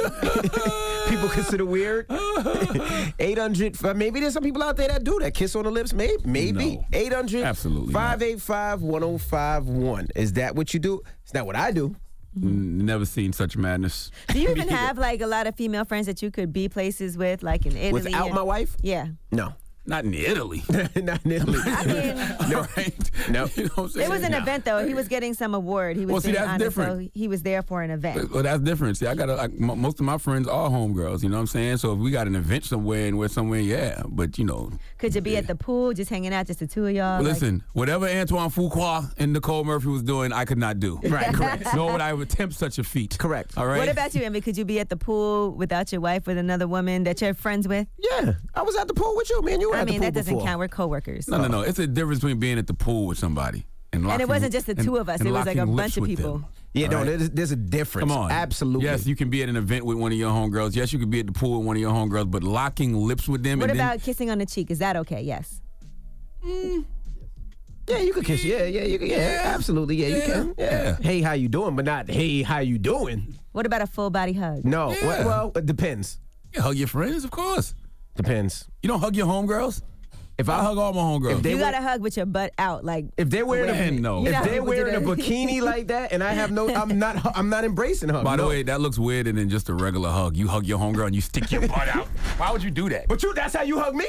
(laughs) people consider weird? (laughs) 800, f- maybe there's some people out there that do that. Kiss on the lips, maybe. maybe. No. 800 Absolutely not. 585 1051. Is that what you do? It's not what I do. Never seen such madness. Do you even have like a lot of female friends that you could be places with, like in Italy? Without and- my wife? Yeah. No. Not in Italy. (laughs) Not in Italy. All right. No. (laughs) you know what I'm saying? It was an event though. He was getting some award. He was Well, see, being that's honored, So different. he was there for an event. Well, that's different. See, I got like m- most of my friends are homegirls. You know what I'm saying? So if we got an event somewhere and we're somewhere, yeah. But you know, Could you be at the pool, just hanging out, just the two of y'all? like- listen, whatever Antoine Fuqua and Nicole Murphy was doing, I could not do. (laughs) Right. Correct. (laughs) Nor would I attempt such a feat. Correct. All right. What about you, Emmy? Could you be at the pool without your wife with another woman that you're friends with? Yeah, I was at the pool with you, man. You were I at the mean, pool that doesn't before. count. We're coworkers. No, no, no. It's a difference between being at the pool with somebody and And locking, it wasn't just the and- two of us. and It was like a locking lips bunch of with them. people. Yeah, no, All right? there's, there's a difference. Uh, Come on. Absolutely. Yes, you can be at an event with one of your homegirls. Yes, you could be at the pool with one of your homegirls, but locking lips with them What and about kissing on the cheek? Is that okay? Yes. Yeah, you could kiss. Yeah, yeah, you could, yeah, absolutely. Yeah, you can. Yeah. Hey, how you doing? But not hey, how you doing? What about a full body hug? No. Well, well, it depends. You hug your friends, of course. Depends. You don't hug your homegirls? If I, hug all my homegirls. you got to hug with your butt out, like. If they're wearing Man, a, no. if You know they're how people do wearing a that. bikini like that, and I have no, I'm not, I'm not embracing her. By the Oh, No. way, that looks weirder than just a regular hug. You hug your homegirl and you stick your butt out. Why would you do that? but you, that's how you hug me.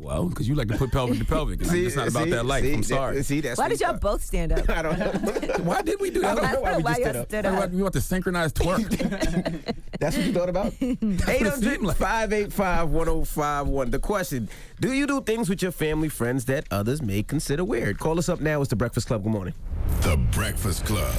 Well, because you like to put pelvic to pelvic. See, it's not about see, that life. see, I'm sorry. see, that's Why did y'all both stand (laughs) up? I don't know. (laughs) Why did we do that? I don't know why we Why just y'all did stood stood up. up. We want to synchronize (laughs) twerk. That's what you thought about? 800 585 1051. The question Do you do things with your family friends that others may consider weird? Call us up now. It's The Breakfast Club. Good morning. The Breakfast Club.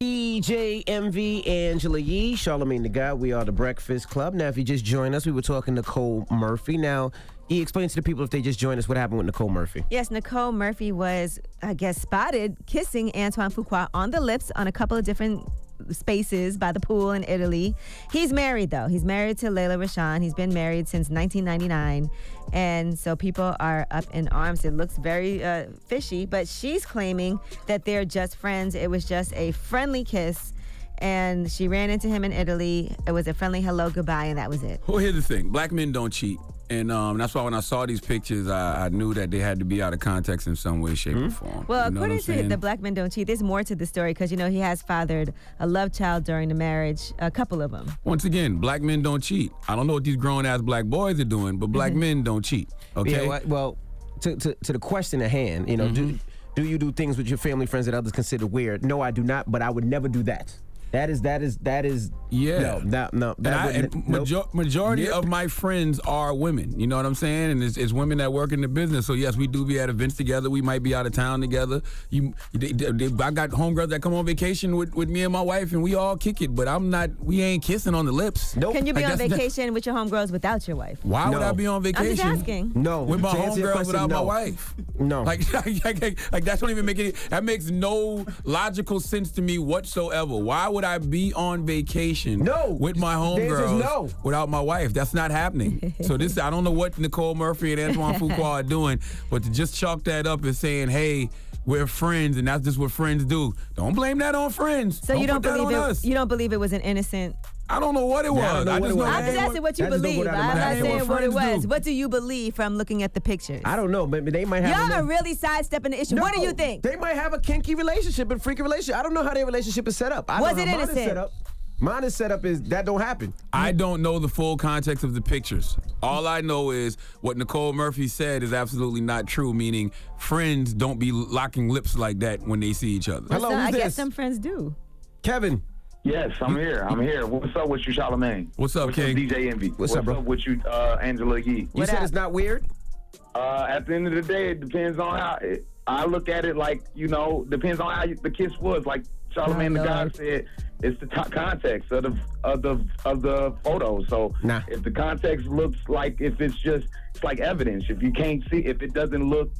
DJ MV Angela Yee, Charlemagne the Guy. We are The Breakfast Club. Now, if you just joined us, we were talking to Nicole Murphy. Now, he explains to the people if they just joined us what happened with Nicole Murphy. Yes, Nicole Murphy was, I guess, spotted kissing Antoine Fuqua on the lips on a couple of different spaces by the pool in Italy. He's married, though. He's married to Layla Rashan. He's been married since 1999. And so people are up in arms. It looks very uh, fishy, but she's claiming that they're just friends. It was just a friendly kiss. And she ran into him in Italy. It was a friendly hello, goodbye, and that was it. Well, here's the thing: black men don't cheat, and um, that's why when I saw these pictures, I, I knew that they had to be out of context in some way, shape, or form. Hmm? Well, You know what I'm according to saying? the Black Men Don't Cheat, there's more to the story because you know he has fathered a love child during the marriage, a couple of them. Once again, black men don't cheat. I don't know what these grown ass black boys are doing, but Mm-hmm. black men don't cheat. Okay. Yeah, well, well, to, to, to the question at hand, you know, do, do you do things with your family friends that others consider weird? No, I do not, but I would never do that. That is, that is, that is, Yeah. no, no, no. And, I, That and wouldn't- major, nope. majority of my friends are women. You know what I'm saying? And it's, it's women that work in the business. So yes, we do be at events together. We might be out of town together. You, they, they, they- I got homegirls that come on vacation with, with me and my wife, and we all kick it. But I'm not. We ain't kissing on the lips. Nope. Can you be Like, on that's not- vacation with your homegirls without your wife? Why would I be on vacation? I'm just asking. No, with my to answer your homegirl question, without my no. wife. No, (laughs) Like, like, like, like, that don't even make any. That makes no logical sense to me whatsoever. Why would I be on vacation? No, with my The answer is homegirls. no. without my wife. That's not (laughs) happening. so this, I don't know what Nicole Murphy and Antoine Fuqua are doing, but to just chalk that up as saying, hey, we're friends, and that's just what friends do. Don't blame that on friends. So you don't put that believe it? on us. You don't believe it was an innocent? I don't know what it was. Nah, I don't I just know know what it was. that I'm just ain't asking what- what you that just don't go believe. down I'm to my not head. saying what it Friends do. was. What do you believe from looking at the pictures? I don't know. Maybe they might have. Y'all another- are really sidestepping the issue. what do No, you think? They might have a kinky relationship and freaky relationship. I don't know how their relationship is set up. I Was know it how mine innocent? Is set up. Mine is set up is that don't happen. I don't know the full context of the pictures. All I know is what Nicole Murphy said is absolutely not true, meaning friends don't be locking lips like that when they see each other. So I guess some friends do. Kevin. Yes, I'm here. I'm here. What's up with you, Charlemagne? What's up, King? DJ Envy. What's up, bro? with you, uh, Angela Yee? You said it's not weird. Uh, at the end of the day, it depends on how. It, I look at it like you know, depends on how you, the kiss was. Like Charlemagne Oh, the guy Lord. said, it's the t- context of the of the of the photo. So Nah. if the context looks like if it's just it's like evidence. If you can't see, if it doesn't look.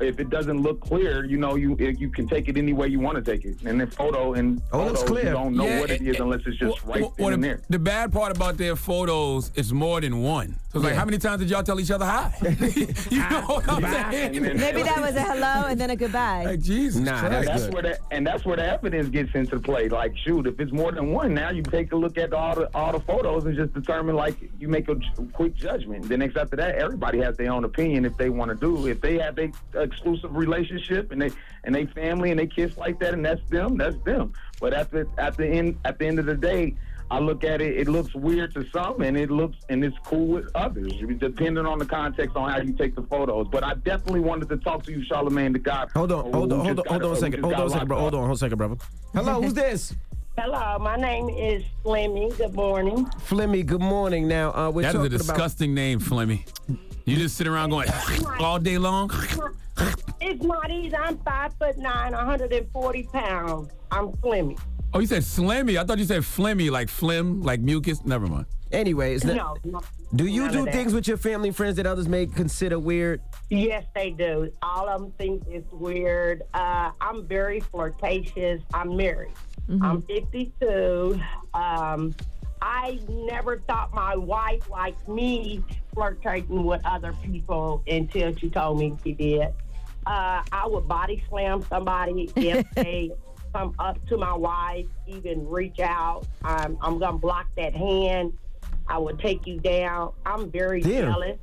If it doesn't look clear, you know you you can take it any way you want to take it. And the photo and Oh, it looks photos, clear. you don't know Yeah, what it it- is it- unless it's just right Well, then well, and the, there. the bad part about their photos is more than one. So it's like, Yeah. how many times did y'all tell each other hi? (laughs) (laughs) you know what I'm saying? Maybe that was a hello and then a goodbye. Jesus And where the, and that's where the evidence gets into play. Like, shoot, if it's more than one, now you take a look at all the all the photos and just determine. Like, you make a j- quick judgment. Then except for that, everybody has their own opinion if they want to do. If they have their exclusive relationship and they and they family and they kiss like that, and that's them, that's them. But at the at the end at the end of the day, I look at it, it looks weird to some, and it looks and it's cool with others, depending on the context on how you take the photos. But I definitely wanted to talk to you, Charlemagne the God. Hold on, hold on, hold on, hold on a second. Hold on a second, bro. Hold on, hold on a second, brother. Hello, who's this? Hello, my name is Flemmy. Good morning. Flemmy, good morning. Now, uh, we're That is a talking about. disgusting name, Flemmy. You just sit around going all day long. It's not easy. I'm five foot nine, 140 pounds. I'm Flemmy. Oh, you said Slemmy. I thought you said Flemmy, like phlegm, like mucus. Never mind. Anyways, No, no. do you none do of that. things with your family and friends that others may consider weird? Yes, they do. All of them think it's weird. Uh, I'm very flirtatious. I'm married. I'm 52. Um, I never thought my wife liked me flirtating with other people until she told me she did. Uh, I would body slam somebody if they come up to my wife, even reach out. I'm, I'm going to block that hand. I would take you down. I'm very Damn. jealous.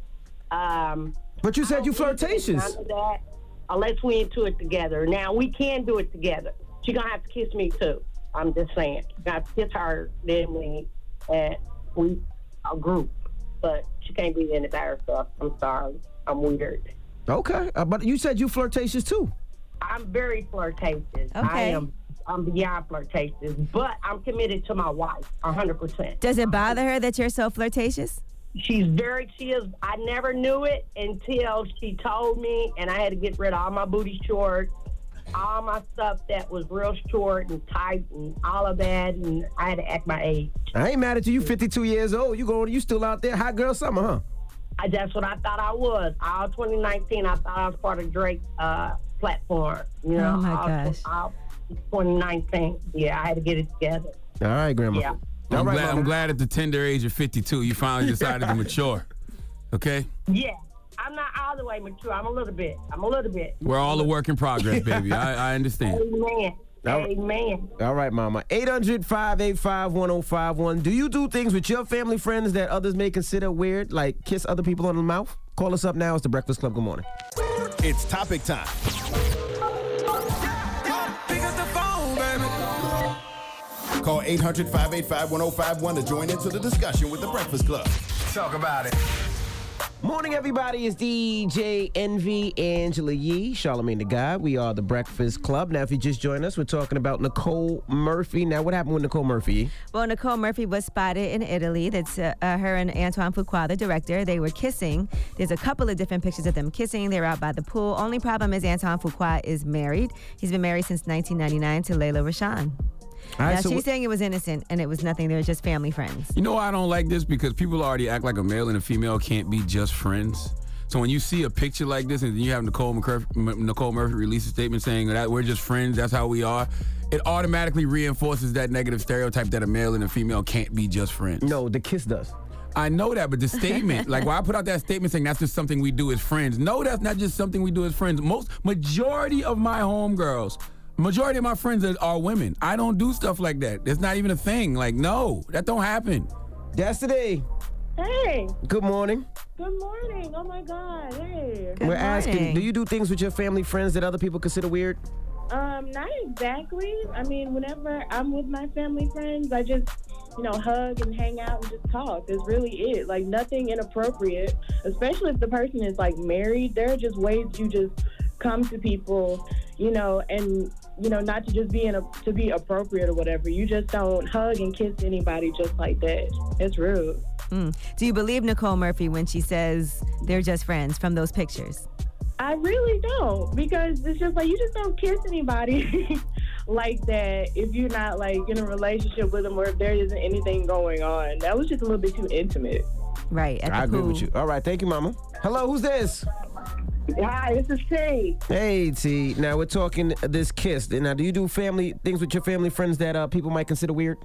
Um, But you said you flirtatious. None of that, uh, unless we into it together. Now we can do it together. She gonna have to kiss me too. I'm just saying. She Got to kiss her, then we and we a group. But she can't be in it by herself. I'm sorry. I'm weird. Okay, uh, but you said you flirtatious too. I'm very flirtatious. I Okay. am. I'm beyond flirtatious, but I'm committed to my wife 100. percent Does it bother her that you're so flirtatious? She's very she is I never knew it until she told me and I had to get rid of all my booty shorts, all my stuff that was real short and tight and all of that and I had to act my age. I ain't mad at you. You 52 years old. You going? You still out there? Hot girl summer, huh? I, that's what I thought I was. All 2019 I thought I was part of Drake's uh, platform. You know, Oh, my all, gosh. all 2019. Yeah, I had to get it together. All right, Grandma. Yeah. I'm, right, glad, Mama. I'm glad at the tender age of 52, you (laughs) finally decided to mature. Okay? Yeah. I'm not all the way mature. I'm a little bit. I'm a little bit. We're all a work in progress, baby. I, I understand. Amen. All right. Amen. All right, Mama. 800 585 1051. Do you do things with your family friends that others may consider weird, like kiss other people on the mouth? Call us up now. It's the Breakfast Club. Good morning. It's topic time. Call 800 585 1051 to join into the discussion with The Breakfast Club. Talk about it. Morning, everybody. It's DJ NV Angela Yee, Charlemagne the Guy. We are the Breakfast Club. Now, if you just joined us, we're talking about Nicole Murphy. Now, what happened with Nicole Murphy? Well, Nicole Murphy was spotted in Italy. That's uh, uh, her and Antoine Fuqua, the director. They were kissing. There's a couple of different pictures of them kissing. They were out by the pool. Only problem is Antoine Fuqua is married. He's been married since 1999 to Layla Rashan. right, now, so she's what- saying it was innocent and it was nothing. They were just family friends. You know why I don't like this? Because people already act like a male and a female can't be just friends. So when you see a picture like this and then you have Nicole, McCurf- M- Nicole Murphy release a statement saying that we're just friends, that's how we are, it automatically reinforces that negative stereotype that a male and a female can't be just friends. No, the kiss does. I know that, but the statement, like why I put out that statement saying that's just something we do as friends. No, that's not just something we do as friends. Most majority of my homegirls, majority of my friends are, are women. I don't do stuff like that. It's not even a thing. Like, no, that don't happen. Destiny. Hey. Good morning. Good morning. Oh my God. Hey. we're asking, do you do things with your family friends that other people consider weird? Um, not exactly. I mean, whenever I'm with my family friends, I just, you know, hug and hang out and just talk. That's really it. Like nothing inappropriate, especially if the person is like married. There are just ways you just come to people, you know, and you know, not to just be in a to be appropriate or whatever. You just don't hug and kiss anybody just like that. It's rude. Mm. Do you believe Nicole Murphy when she says they're just friends from those pictures? I really don't because it's just like you just don't kiss anybody (laughs) like that if you're not like in a relationship with them or if there isn't anything going on. That was just a little bit too intimate. Right. I agree with you. All right, thank you, Mama. Hello, who's this? Hi, this is T. Hey, T. Now we're talking this kiss. Now, do you do family things with your family friends that uh, people might consider weird?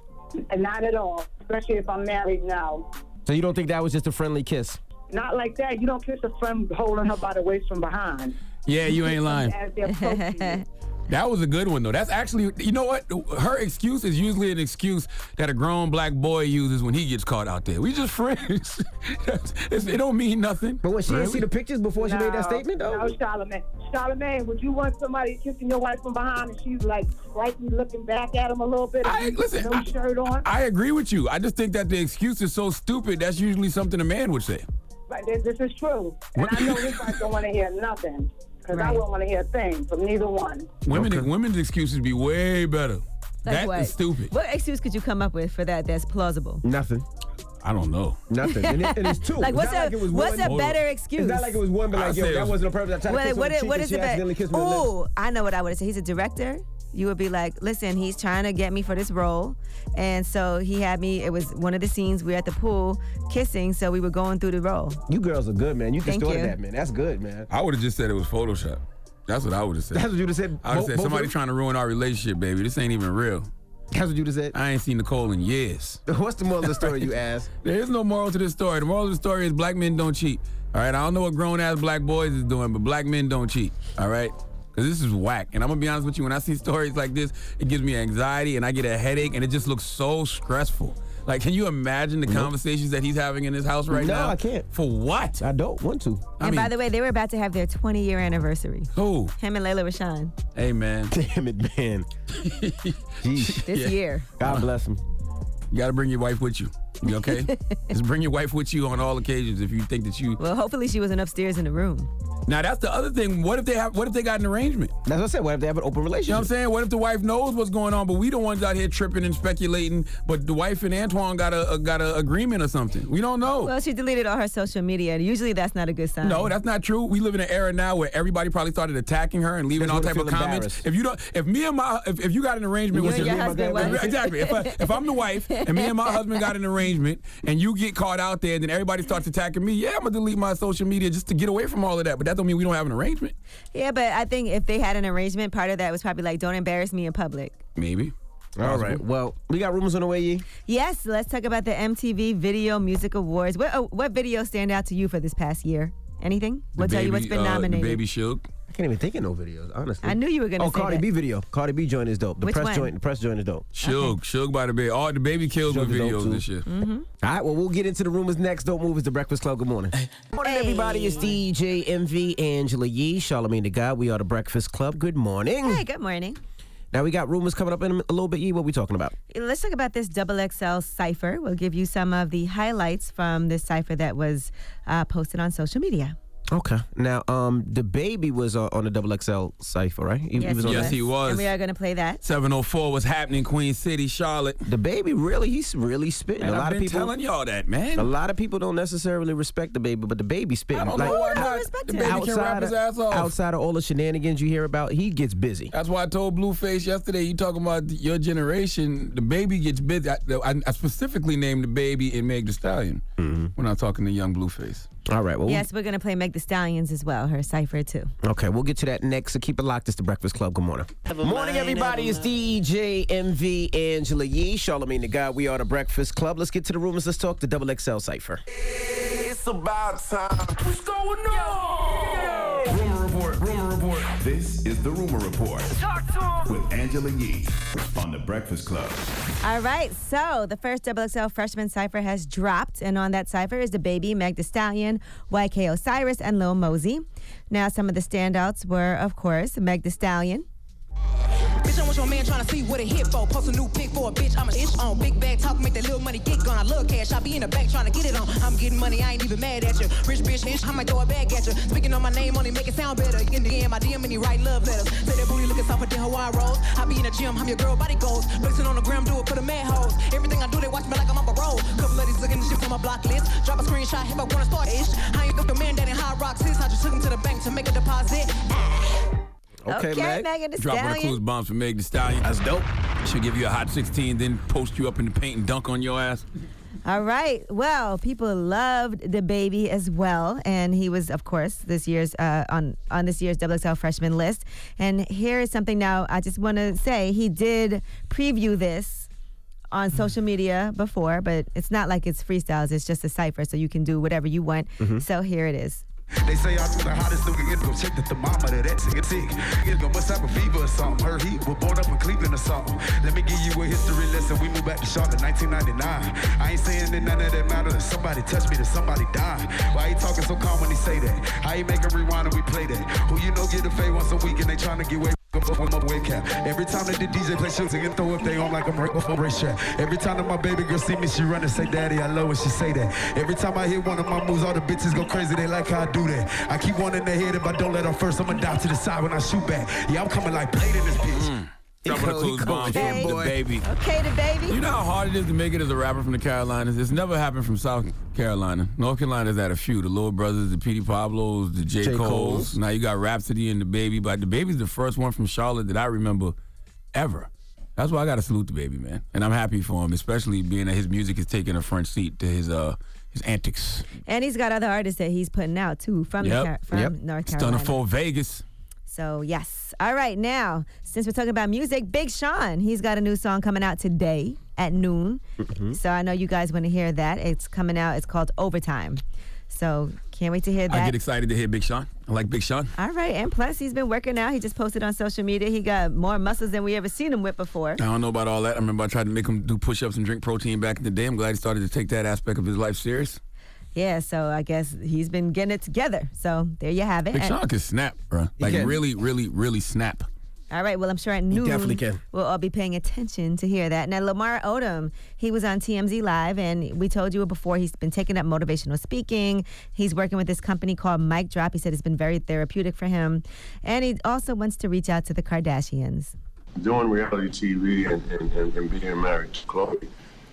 Not at all, especially if I'm married now. So you don't think that was just a friendly kiss? Not like that. You don't kiss a friend holding her by the waist from behind. Yeah, you ain't lying. (laughs) As they're approaching you. That was a good one though. That's actually, you know what? Her excuse is usually an excuse that a grown black boy uses when he gets caught out there. We just friends. (laughs) That's- it's- it don't mean nothing. But what, she didn't see the pictures before she made that No, statement? though? No, Charlamagne. Charlamagne, would you want somebody kissing your wife from behind and she's like rightly looking back at him a little bit? I, listen, no shirt on. I agree with you. I just think that the excuse is so stupid. That's usually something a man would say. But this, this is true. And I know his wife don't want to hear nothing because I wouldn't want to hear a thing from neither one. Women, women's excuses be way better. Like That what? is stupid. What excuse could you come up with for that that's plausible? Nothing. I don't know. Nothing. And, it, and it's two. (laughs) It's Like, what's not a- like it was what's one- a Hold on. better excuse? It's not like it was one, but I like, yo, said- that wasn't a purpose. I tried to kiss What, her on the what, cheek what and is she it? accidentally kissed me on the lip. Ooh, I know what I would have said. He's a director. You would be like, listen, he's trying to get me for this role. And so he had me, it was one of the scenes we were at the pool kissing, so we were going through the role. You girls are good, man. You Thank distorted you. that, man. That's good, man. I would have just said it was Photoshop. That's what I would have said. That's what you'd have said. I would have Bo- said both of somebody them? trying to ruin our relationship, baby. This ain't even real. That's what you'd have said. I ain't seen Nicole in years. (laughs) What's the moral of the story, you ass? (laughs) There is no moral to this story. The moral of the story is black men don't cheat. All right. I don't know what grown ass black boys is doing, but black men don't cheat. All right. Cause this is whack. And I'm gonna be honest with you, when I see stories like this, it gives me anxiety and I get a headache and it just looks so stressful. Like, can you imagine the conversations that he's having in his house right no, now? I can't. For what? I don't want to. I and by mean, the way, they were about to have their 20 year anniversary. Who? Him and Layla Rashan. hey man. (laughs) Damn it, (laughs) man. Jeez. This year. God bless him. You gotta bring your wife with you. You (laughs) okay? just bring your wife with you on all occasions if you think that you Well, hopefully she wasn't upstairs in the room. Now that's the other thing. What if they have? What if they got an arrangement? That's what I said. What if they have an open relationship? You know what I'm saying? What if the wife knows what's going on, but we the ones out here tripping and speculating? But the wife and Antoine got a, a got an agreement or something. We don't know. Well, she deleted all her social media. and Usually that's not a good sign. Oh, No, that's not true. We live in an era now where everybody probably started attacking her and leaving Just all wanna type of feel comments. If you don't, if me and my, if, if you got an arrangement You with and your husband was. exactly. If, I, (laughs) if I'm the wife and me and my husband got an arrangement, and you get caught out there, then everybody starts attacking me. Yeah, I'm gonna delete my social media just to get away from all of that. But that don't mean we don't have an arrangement. Yeah, but I think if they had an arrangement, part of that was probably like, don't embarrass me in public. Maybe. All right. Well, we got rumors on the way, Yee. Yes, let's talk about the MTV Video Music Awards. What uh, what video stand out to you for this past year? Anything? we'll tell you what's uh, been nominated. Shug. I can't even think of no videos, honestly. I knew you were gonna Oh, say Cardi that. B video. Cardi B joint is dope. The Which press one? joint. The press joint is dope. (laughs) Shug, Shug by the Bay. All the baby kills with is dope, too. videos this year. Mm-hmm. All right. Well, we'll get into the rumors next. Dope movies. The Breakfast Club. Good morning. Morning, everybody. It's DJ MV, Angela Yee, Charlamagne the Guy. We are the Breakfast Club. Good morning. Hey, good morning. Now we got rumors coming up in a a little bit. Yee, what we talking about? Let's talk about this double XL cipher. We'll give you some of the highlights from this cipher that was uh, posted on social media. Okay. Now, um, the baby was uh, on the Double XL cipher, right? He, Yes, he on was. Yes, he was. And we are going to play that. 704 was oh happening, Queen City, Charlotte. The baby really, he's really spitting. Man, a I've lot been of people telling y'all that, man. A lot of people don't necessarily respect the baby, but the baby spitting. I don't know why not. The baby can rap his ass off. outside of all the shenanigans you hear about, he gets busy. That's why I told Blueface yesterday. You talking about your generation? The baby gets busy. I, I, I specifically named the baby and Meg The Stallion when I'm talking to young Blueface. All right. Well, yes, we're going to play Meg the Stallions as well, her cipher too. okay, we'll get to that next. So keep it locked. It's the Breakfast Club. Good morning. Morning, everybody. It's E DJ MV Angela Yee, Charlamagne the Guy. We are the Breakfast Club. Let's get to the rumors. Let's talk the Double XL cipher. It's about time. What's going on? Rumor report. Rumor report. This is the rumor report Talk to with Angela Yee on the Breakfast Club. All right, so the first XXL freshman cipher has dropped, and on that cipher is the baby Meg The Stallion, YK Osiris, and Lil Mosey. Now, some of the standouts were, of course, Meg The Stallion. Bitch, I want your man tryna see what it hit for. Post a new pic for a bitch. I'm a ish on big bag talk, make that little money get gone. I love cash, I be in the back tryna get it on. I'm getting money, I ain't even mad at you. Rich bitch, ish, I might throw it back at you. Speaking on my name, only make it sound better. In the end, my DM and he write love letters. Say that booty looking soft than Hawaii rolls. I be in the gym, I'm your girl, body goals. Flexing on the gram, do it for the mad hoes. Everything I do, they watch me like I'm on parole. Couple of these looking at shit from my block list. Drop a screenshot, if I wanna start ish. I ain't got the man that in high rock sis. I just took him to the bank to make a deposit. Okay, Okay, Meg. Megan Thee Drop one of Stallion. Clues bombs for Meg The Stallion. That's dope. She'll give you a hot 16, then post you up in the paint and dunk on your ass. All right, well, people loved the baby as well, and he was, of course, this year's uh, on on this year's XXL freshman list. And here is something now. I just want to say he did preview this on social media before, but it's not like it's freestyles. It's just a cipher, so you can do whatever you want. Mhm. So here it is. They say I took the hottest nigga in, go check the thermometer, that tick a tick. Nigga must have a fever or something. Her heat was born up in Cleveland or something. Let me give you a history lesson. We moved back to Charlotte 1999. I ain't saying that none of that matters. Somebody touched me, then somebody died. Why he talking so calm when he say that? How he make a rewind and we play that? Who you know get a fade once a week and they tryna get way up up on my wake cap. Every time that the DJ play shoes, they can throw up they arm like I'm right off a racetrack. Every time that my baby girl see me, she run and say, Daddy, I love when she say that. Every time I hit one of my moves, all the bitches go crazy. They like how I do that. I keep one in the head. If I don't let her first, I'ma dive to the side when I shoot back. Yeah, I'm coming like blade in this bitch. Mm. Trouble to Clues Bomb yeah, from the boy. baby. Okay, the baby. You know how hard it is to make it as a rapper from the Carolinas? It's never happened from South Carolina. North Carolina's had a few. The Little Brothers, the Petey Pablos, the J. J. Cole's. Cole's. Now you got Rhapsody and the Baby, but the Baby's the first one from Charlotte that I remember ever. That's why I gotta salute the baby, man. And I'm happy for him, especially being that his music is taking a front seat to his uh his antics. And he's got other artists that he's putting out too from the Car- from North Stunner Carolina. for Vegas. So yes. All right, now since we're talking about music, Big Sean, he's got a new song coming out today at noon. Mm-hmm. So I know you guys want to hear that. It's coming out. It's called Overtime. So can't wait to hear I that. get excited to hear Big Sean. I like Big Sean. All right, and plus he's been working out. He just posted on social media. He got more muscles than we ever seen him with before. I don't know about all that. I remember I tried to make him do push ups and drink protein back in the day. I'm glad he started to take that aspect of his life serious. Yeah, so I guess he's been getting it together. So there you have it. Big And- Sean can snap, bro. He Like, can. really, really, really snap. All right. Well, I'm sure at noon definitely can. we'll all be paying attention to hear that. Now, Lamar Odom, he was on TMZ Live, and we told you before he's been taking up motivational speaking. He's working with this company called Mic Drop. He said it's been very therapeutic for him, and he also wants to reach out to the Kardashians. doing reality TV and, and, and, and being married to Chloe,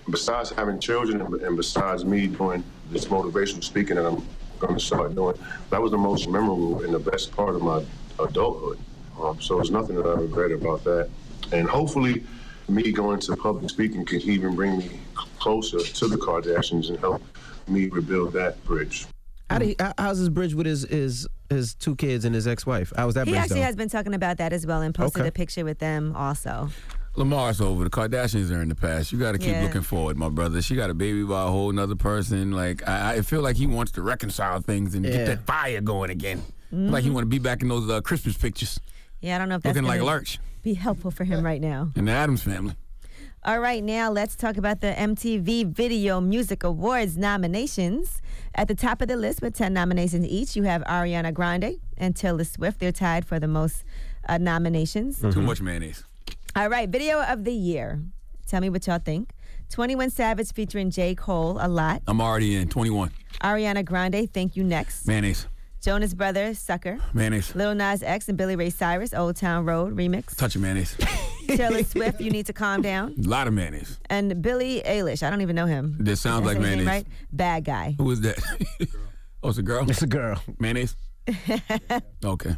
besides having children and, and besides me doing this motivational speaking that I'm going to start doing, that was the most memorable and the best part of my adulthood. Um, so there's nothing that I regret about that. And hopefully, me going to public speaking could even bring me closer to the Kardashians and help me rebuild that bridge. How do he, how- how's his bridge with his, his his two kids and his ex wife? How was that He bridge actually though? has been talking about that as well, and posted Okay. a picture with them also. Lamar's over. The Kardashians are in the past. You got to keep Yeah. looking forward, my brother. She got a baby by a whole nother person. Like, I, I feel like he wants to reconcile things and Yeah. get that fire going again. Like, he Mhm. want to be back in those uh, Christmas pictures. Yeah, I don't know if that's Looking like gonna Lurch. Be helpful for him right now. And the Adams family. All right, now let's talk about the MTV Video Music Awards nominations. At the top of the list, with 10 nominations each, you have Ariana Grande and Taylor Swift. They're tied for the most uh, nominations. Too much mayonnaise. All right, video of the year. Tell me what y'all think. 21 Savage featuring J. Cole, a lot. I'm already in. 21. Ariana Grande, Thank You Next. Mayonnaise. Jonas Brothers, Sucker. Mayonnaise. Lil Nas X and Billy Ray Cyrus, Old Town Road (laughs) remix. Touch of mayonnaise. Taylor Swift, You Need to Calm Down. A lot of mayonnaise. And Billy Eilish, I don't even know him. That sounds like That's his name, mayonnaise. right? Bad guy. Who is that? (laughs) oh, it's a girl? It's a girl. (laughs) Mayonnaise? okay.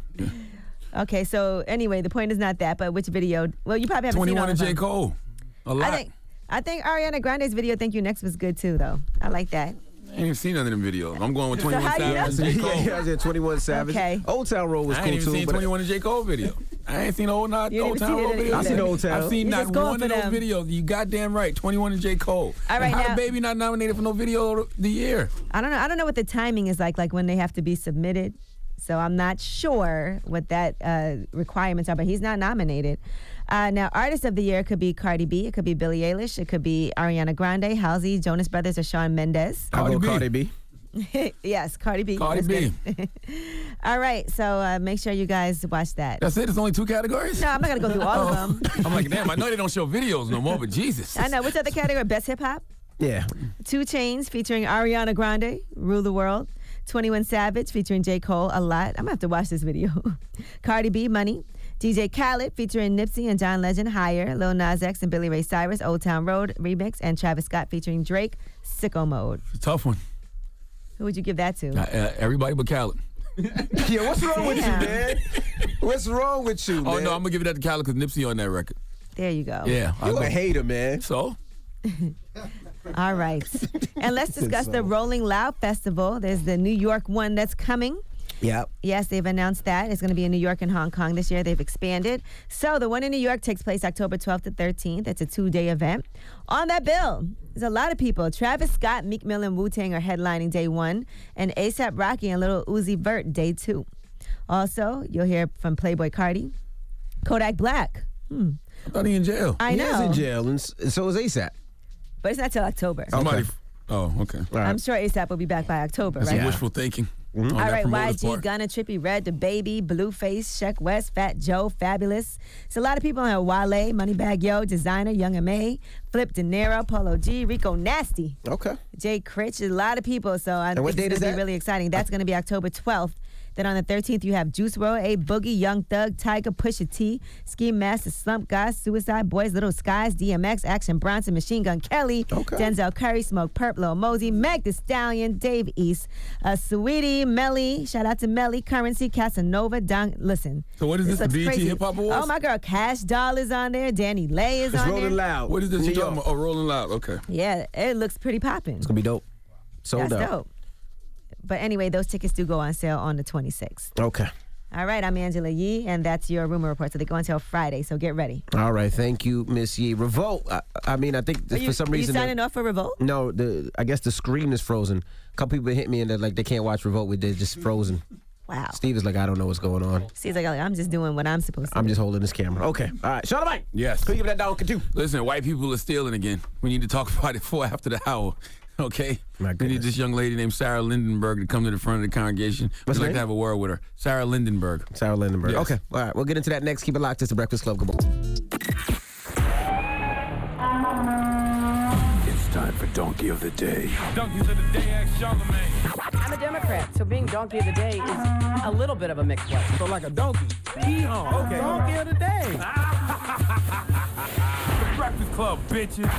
Okay, so anyway, the point is not that, but which video? Well, you probably haven't seen 21 all and of J. them. Cole. A lot. I think I think Ariana Grande's video "Thank You Next" was good too, though. I like that. I ain't even seen none of them videos. I'm going with So 21 how do you Savage know? and J. Cole. Yeah, yeah, I was at 21 Savage. Okay. Old Town Road was I cool ain't even too. seen but- 21 and J. Cole video. I ain't seen Old, not, You old didn't Town see Road that video. either. I seen Old Town. I've seen You not just going one for of those them. videos. You goddamn right. 21 and J. Cole. All right, And How now- the baby not nominated for no video of the year? I don't know. I don't know what the timing is like, like when they have to be submitted. So I'm not sure what that uh, requirements are, but he's not nominated. Uh, now, artist of the year could be Cardi B, it could be Billie Eilish, it could be Ariana Grande, Halsey, Jonas Brothers, or Shawn Mendes. I'll go Cardi B. (laughs) yes, Cardi B. Cardi That's B. good. All right, so uh, make sure you guys watch that. That's it? It's only two categories? Oh. No, I'm not gonna go through all of them. I'm like, damn, I know they don't show videos no more, but Jesus. I know. What's the other category? Best hip hop. Yeah. Two Chains featuring Ariana Grande, Rule the World. 21 Savage featuring J. Cole, a lot. I'm gonna have to watch this video. (laughs) Cardi B, Money. DJ Khaled featuring Nipsey and John Legend, Higher. Lil Nas X and Billy Ray Cyrus, Old Town Road remix. And Travis Scott featuring Drake, Sicko Mode. It's a tough one. Who would you give that to? Uh, uh, everybody but Khaled. (laughs) yeah, what's wrong with you, Damn. man? What's wrong with you, Oh, no, I'm going to give it that to Khaled because Nipsey on that record. There you go. Yeah. I You a know. hater, man. So? All right. And let's discuss the Rolling Loud Festival. There's the New York one that's coming. Yep. Yes, they've announced that. It's going to be in New York and Hong Kong this year. They've expanded. So the one in New York takes place October 12th to 13th. It's a two day event. On that bill, there's a lot of people. Travis Scott, Meek Mill, and Wu Tang are headlining day one, and ASAP Rocky and Little Uzi Vert day two. Also, you'll hear from Playboy Cardi, Kodak Black. Hmm. I thought he in jail. I He know. is in jail, and s- so is ASAP. But it's not till October. Somebody. Oh, okay. All I'm sure ASAP will be back by October, That's right? some wishful thinking. Mm-hmm. on All that right, promoter's YG, part. Gunna, Trippy Red, The Baby, Blueface, Sheck West, Fat Joe, Fabulous. It's a lot of people on here. Wale, Moneybag Yo, Designer, Young M.A., Flip De Niro, Polo G, Rico Nasty, Okay. Jay Critch, a lot of people. So I And what date think it's is going to that? be really exciting. That's going to be October 12th. Then on the 13th, you have Juice WRLD, A Boogie, Young Thug, Tiger, Pusha T, Ski Master, Slump God, Suicide Boys, Little Skies, DMX, Action Bronson, Machine Gun Kelly, Denzel Curry, Smoke Purp, Lil Mosey, Meg The Stallion, Dave East, uh, Sweetie, Melly, shout out to Melly, Currency, Casanova, Don. Listen. So what is this, the looks BET crazy. Hip Hop Awards? Oh, my girl, Cash Doll is on there, Danny Lay is It's on Rolling there. Loud. What is this? New you talking York. about? Oh, Rolling Loud. Okay. Yeah, it looks pretty poppin'. It's gonna be dope. Sold That's out. dope. But anyway, those tickets do go on sale on the 26th. Okay. All right, I'm Angela Yee, and that's your rumor report. So they go until Friday, so get ready. All right. Thank you, Miss Yee. Revolt. I, I mean, I think Are that you, for some are reason. the- you signing off for Revolt? no, the I guess the screen is frozen. A couple people hit me and they're like they can't watch Revolt. with- They're just frozen. Wow. Steve is like, I don't know what's going on. Seems like I'm just doing what I'm supposed Uh, to. I'm just holding this camera. Okay. All right. Shut up, Mike. Yes. Who you give that down to? Listen, white people are stealing again. We need to talk (laughs) about it for after the hour. Okay. we need this young lady named Sarah Lindenberg to come to the front of the congregation. What's her We'd like name? to have a word with her. Sarah Lindenberg. Sarah Lindenberg. Yes. Okay. All right. We'll get into that next. Keep it locked. It's the Breakfast Club. Good morning. It's time for Donkey of the Day. I'm a Democrat, so being donkey of the day is a little bit of a mixed one. So like a donkey. Yeehaw. okay. Donkey of the day. The Breakfast Club, bitches.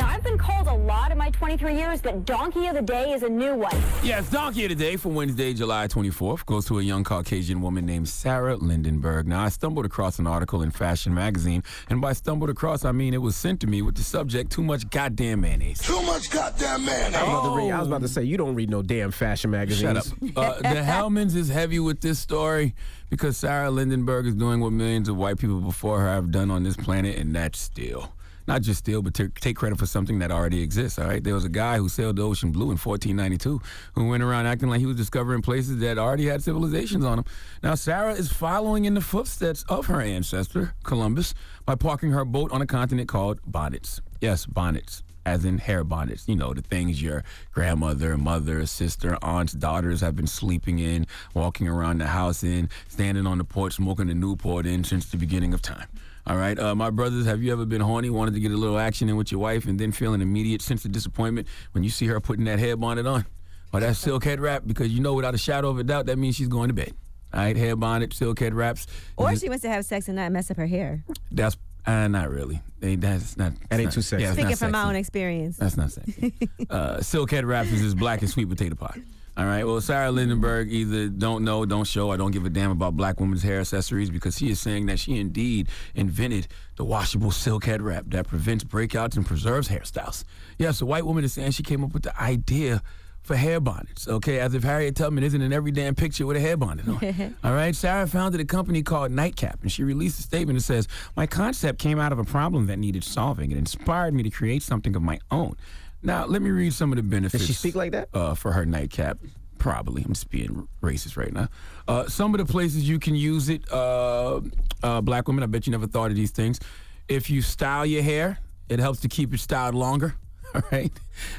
Now, I've been called a lot in my 23 years, but Donkey of the Day is a new one. Yes, Donkey of the Day for Wednesday, July 24th goes to a young Caucasian woman named Sarah Lindenberg. Now, I stumbled across an article in Fashion Magazine, and by stumbled across, I mean it was sent to me with the subject Too Much Goddamn Mayonnaise. Too much goddamn man. I was, about to read, I was about to say you don't read no damn fashion Shut magazines. up. Uh, (laughs) the Hellmans is heavy with this story because Sarah Lindenberg is doing what millions of white people before her have done on this planet, and that's steal. Not just steal, but to take credit for something that already exists. All right, there was a guy who sailed the ocean blue in 1492, who went around acting like he was discovering places that already had civilizations on them. Now Sarah is following in the footsteps of her ancestor Columbus by parking her boat on a continent called Bonnets. Yes, Bonnets as in hair bonnets, you know, the things your grandmother, mother, sister, aunts, daughters have been sleeping in, walking around the house in, standing on the porch, smoking the Newport in since the beginning of time. All right, uh, my brothers, have you ever been horny, wanted to get a little action in with your wife, and then feel an immediate sense of disappointment when you see her putting that hair bonnet on? Or that silk head wrap, because you know without a shadow of a doubt that means she's going to bed. All right, hair bonnet, silk head wraps. Or Is it- she wants to have sex and not mess up her hair. That's uh, not really. They, that's not. That ain't too sexy. Yeah, it's Speaking not from my sexy. own experience. That's not sexy. uh, Silkhead wraps is just black and sweet potato pie. All right. Well, Sarah Lindenberg either don't know, don't show, or don't give a damn about black women's hair accessories because she is saying that she indeed invented the washable silk head wrap that prevents breakouts and preserves hairstyles. Yes, a white woman is saying she came up with the idea for hair bonnets. Okay, as if Harriet Tubman isn't in every damn picture with a hair bonnet on. All right, Sarah founded a company called Nightcap, and she released a statement that says, My concept came out of a problem that needed solving. It inspired me to create something of my own. Now, let me read some of the benefits. Does she speak like that? Uh, for her nightcap. Probably. I'm just being racist right now. Uh, some of the places you can use it, uh, uh, black women, I bet you never thought of these things. If you style your hair, it helps to keep it styled longer. (laughs) All right.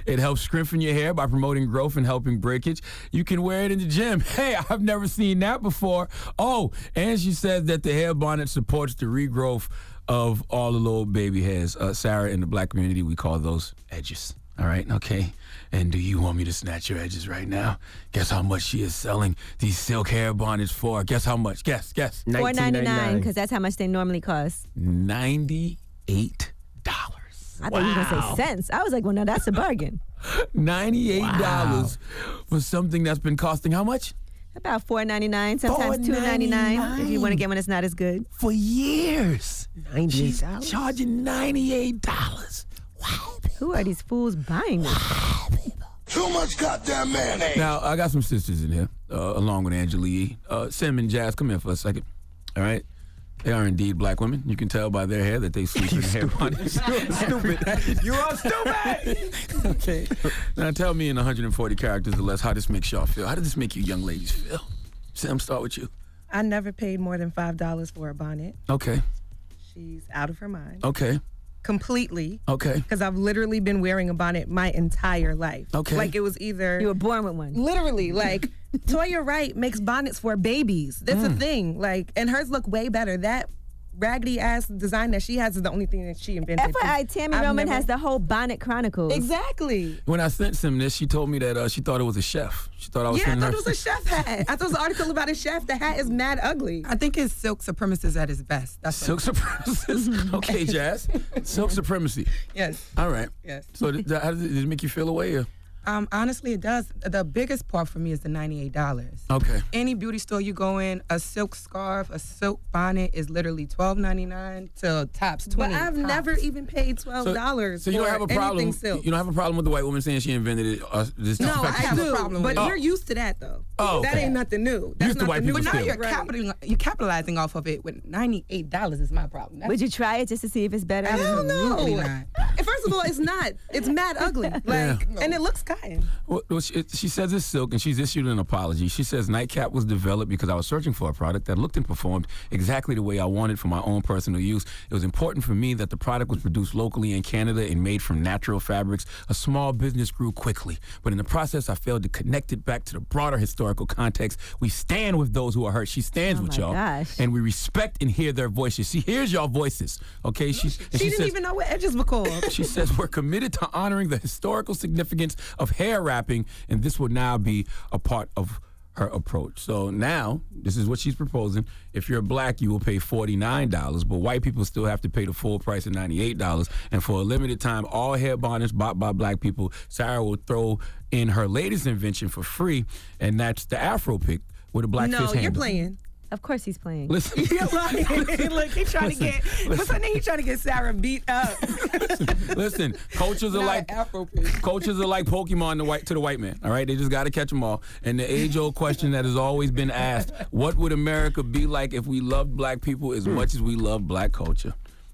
It helps strengthen your hair by promoting growth and helping breakage. You can wear it in the gym. (laughs) Hey, I've never seen that before. Oh, and she says that the hair bonnet supports the regrowth of all the little baby hairs. Uh, Sarah, in the black community, we call those edges. All right. Okay. And do you want me to snatch your edges right now? Guess how much she is selling these silk hair bonnets for? Guess how much? Guess, guess. Four ninety nine, because that's how much they normally cost. $98. I thought you were gonna Wow. say cents. I was like, well, no, that's (laughs) a bargain. $98 for something that's been costing how much? (laughs) About four ninety nine, sometimes two ninety nine if you want to get one that's not as good. For years, ninety dollars. Charging ninety eight dollars. Who are these fools buying this? Too much goddamn man. Now I got some sisters in here. uh, along with Angela Yee. Uh, Sim and Jazz, come here for a second. All right. They are indeed black women. You can tell by their hair that they (laughs) sleep in hair Oh. (laughs) bodies. stupid. you are stupid. (laughs) okay. (laughs) Now tell me in 140 characters or less, how this makes y'all feel? How did this make you young ladies feel? Sam, start with you. I never paid more than five dollars for a bonnet. Okay. She's out of her mind. Okay. Completely. Okay. Because I've literally been wearing a bonnet my entire life. Okay. Like it was either You were born with one. literally (laughs) like Toya Wright makes bonnets for babies. That's a Mm. thing. Like and hers look way better. That raggedy ass design that she has is the only thing that she invented. FYI, Tammy I've Roman never- has the whole Bonnet Chronicles. Exactly. When I sent Sim this, she told me that uh, she thought it was a chef. She thought I was Yeah, I sending thought her. it was a chef hat. I thought it was an article about a chef. The hat is mad ugly. I think it's silk supremacist at its best. That's (laughs) Silk (laughs) supremacist. okay, Jazz. Silk supremacy. Yes. All right. Yes. So did, how did, it, did it make you feel away? Or? Um, honestly, it does. The biggest part for me is the ninety-eight dollars. Okay. Any beauty store you go in, a silk scarf, a silk bonnet is literally twelve ninety-nine to tops But twenty. I've tops. never even paid twelve dollars. So, so you don't have a problem. Silk. You don't have a problem with the white woman saying she invented it. Uh, this no, I, fact- do. but Oh. you're used to that though. Oh, that okay. ain't nothing new. That's Used to nothing white new. people But now still. you're capital- Capital- you're capitalizing off of it with ninety-eight dollars is my problem. Would you try it just to see if it's better? Hell Absolutely no. not. And First of all, it's not. It's mad ugly. Like, (laughs) Yeah. and it looks cotton. Well, well, she, it- she says it's silk, and she's issued an apology. She says Nightcap was developed because I was searching for a product that looked and performed exactly the way I wanted for my own personal use. It was important for me that the product was produced locally in Canada and made from natural fabrics. A small business grew quickly, but in the process, I failed to connect it back to the broader historical context. We stand with those who are hurt. She stands with Oh my y'all, gosh. and we respect and hear their voices. She hears y'all voices. Okay, she she, She, didn't says, even know what edges were (laughs) called. she says we're committed to honoring the historical significance of hair wrapping, and this will now be a part of her approach. So now, this is what she's proposing. If you're black, you will pay $49, but white people still have to pay the full price of $98. And for a limited time, all hair bonnets bought by black people, Sarah will throw in her latest invention for free, and that's the Afro pick with a black no, fist you're handle. playing. Of course he's playing. Listen. (laughs) you're lying. (laughs) Look, he trying (laughs) to Listen, get. What's her name? He trying to get Sarah beat up. Listen, coaches are Not like Afro coaches are like Pokemon to white to the white man. All right, they just got to catch them all. And the age old question that has always been asked: What would America be like if we loved black people as much as we love black culture?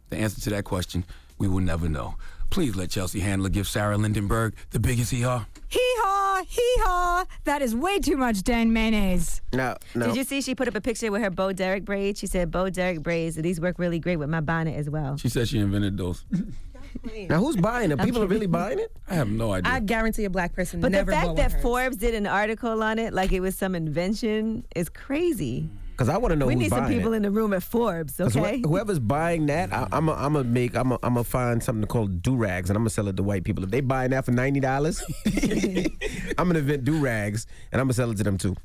The answer to that question we will never know. Please let Chelsea Handler give Sarah Lindenberg the biggest ER. Hee haw, hee haw. That is way too much Dan mayonnaise. No, Did you see she put up a picture with her Bo Derek braids? She said, Bo Derek braids, these work really great with my bonnet as well. She said she invented those. Now who's buying them? I'm People are really kidding. buying it? I have Oh, no idea. I guarantee a black person But the never fact blowing that hers. Forbes did an article on it, like it was some invention, is crazy. Because I want to know we who's need some buying people it. in the room at Forbes, 'Cause wh- (laughs) okay? whoever's buying that, I, I'm gonna I'm a make I'm gonna I'm a find something called do rags, and I'm gonna sell it to white people. If they buying that for ninety dollars, (laughs) I'm gonna invent do rags, and I'm gonna sell it to them too.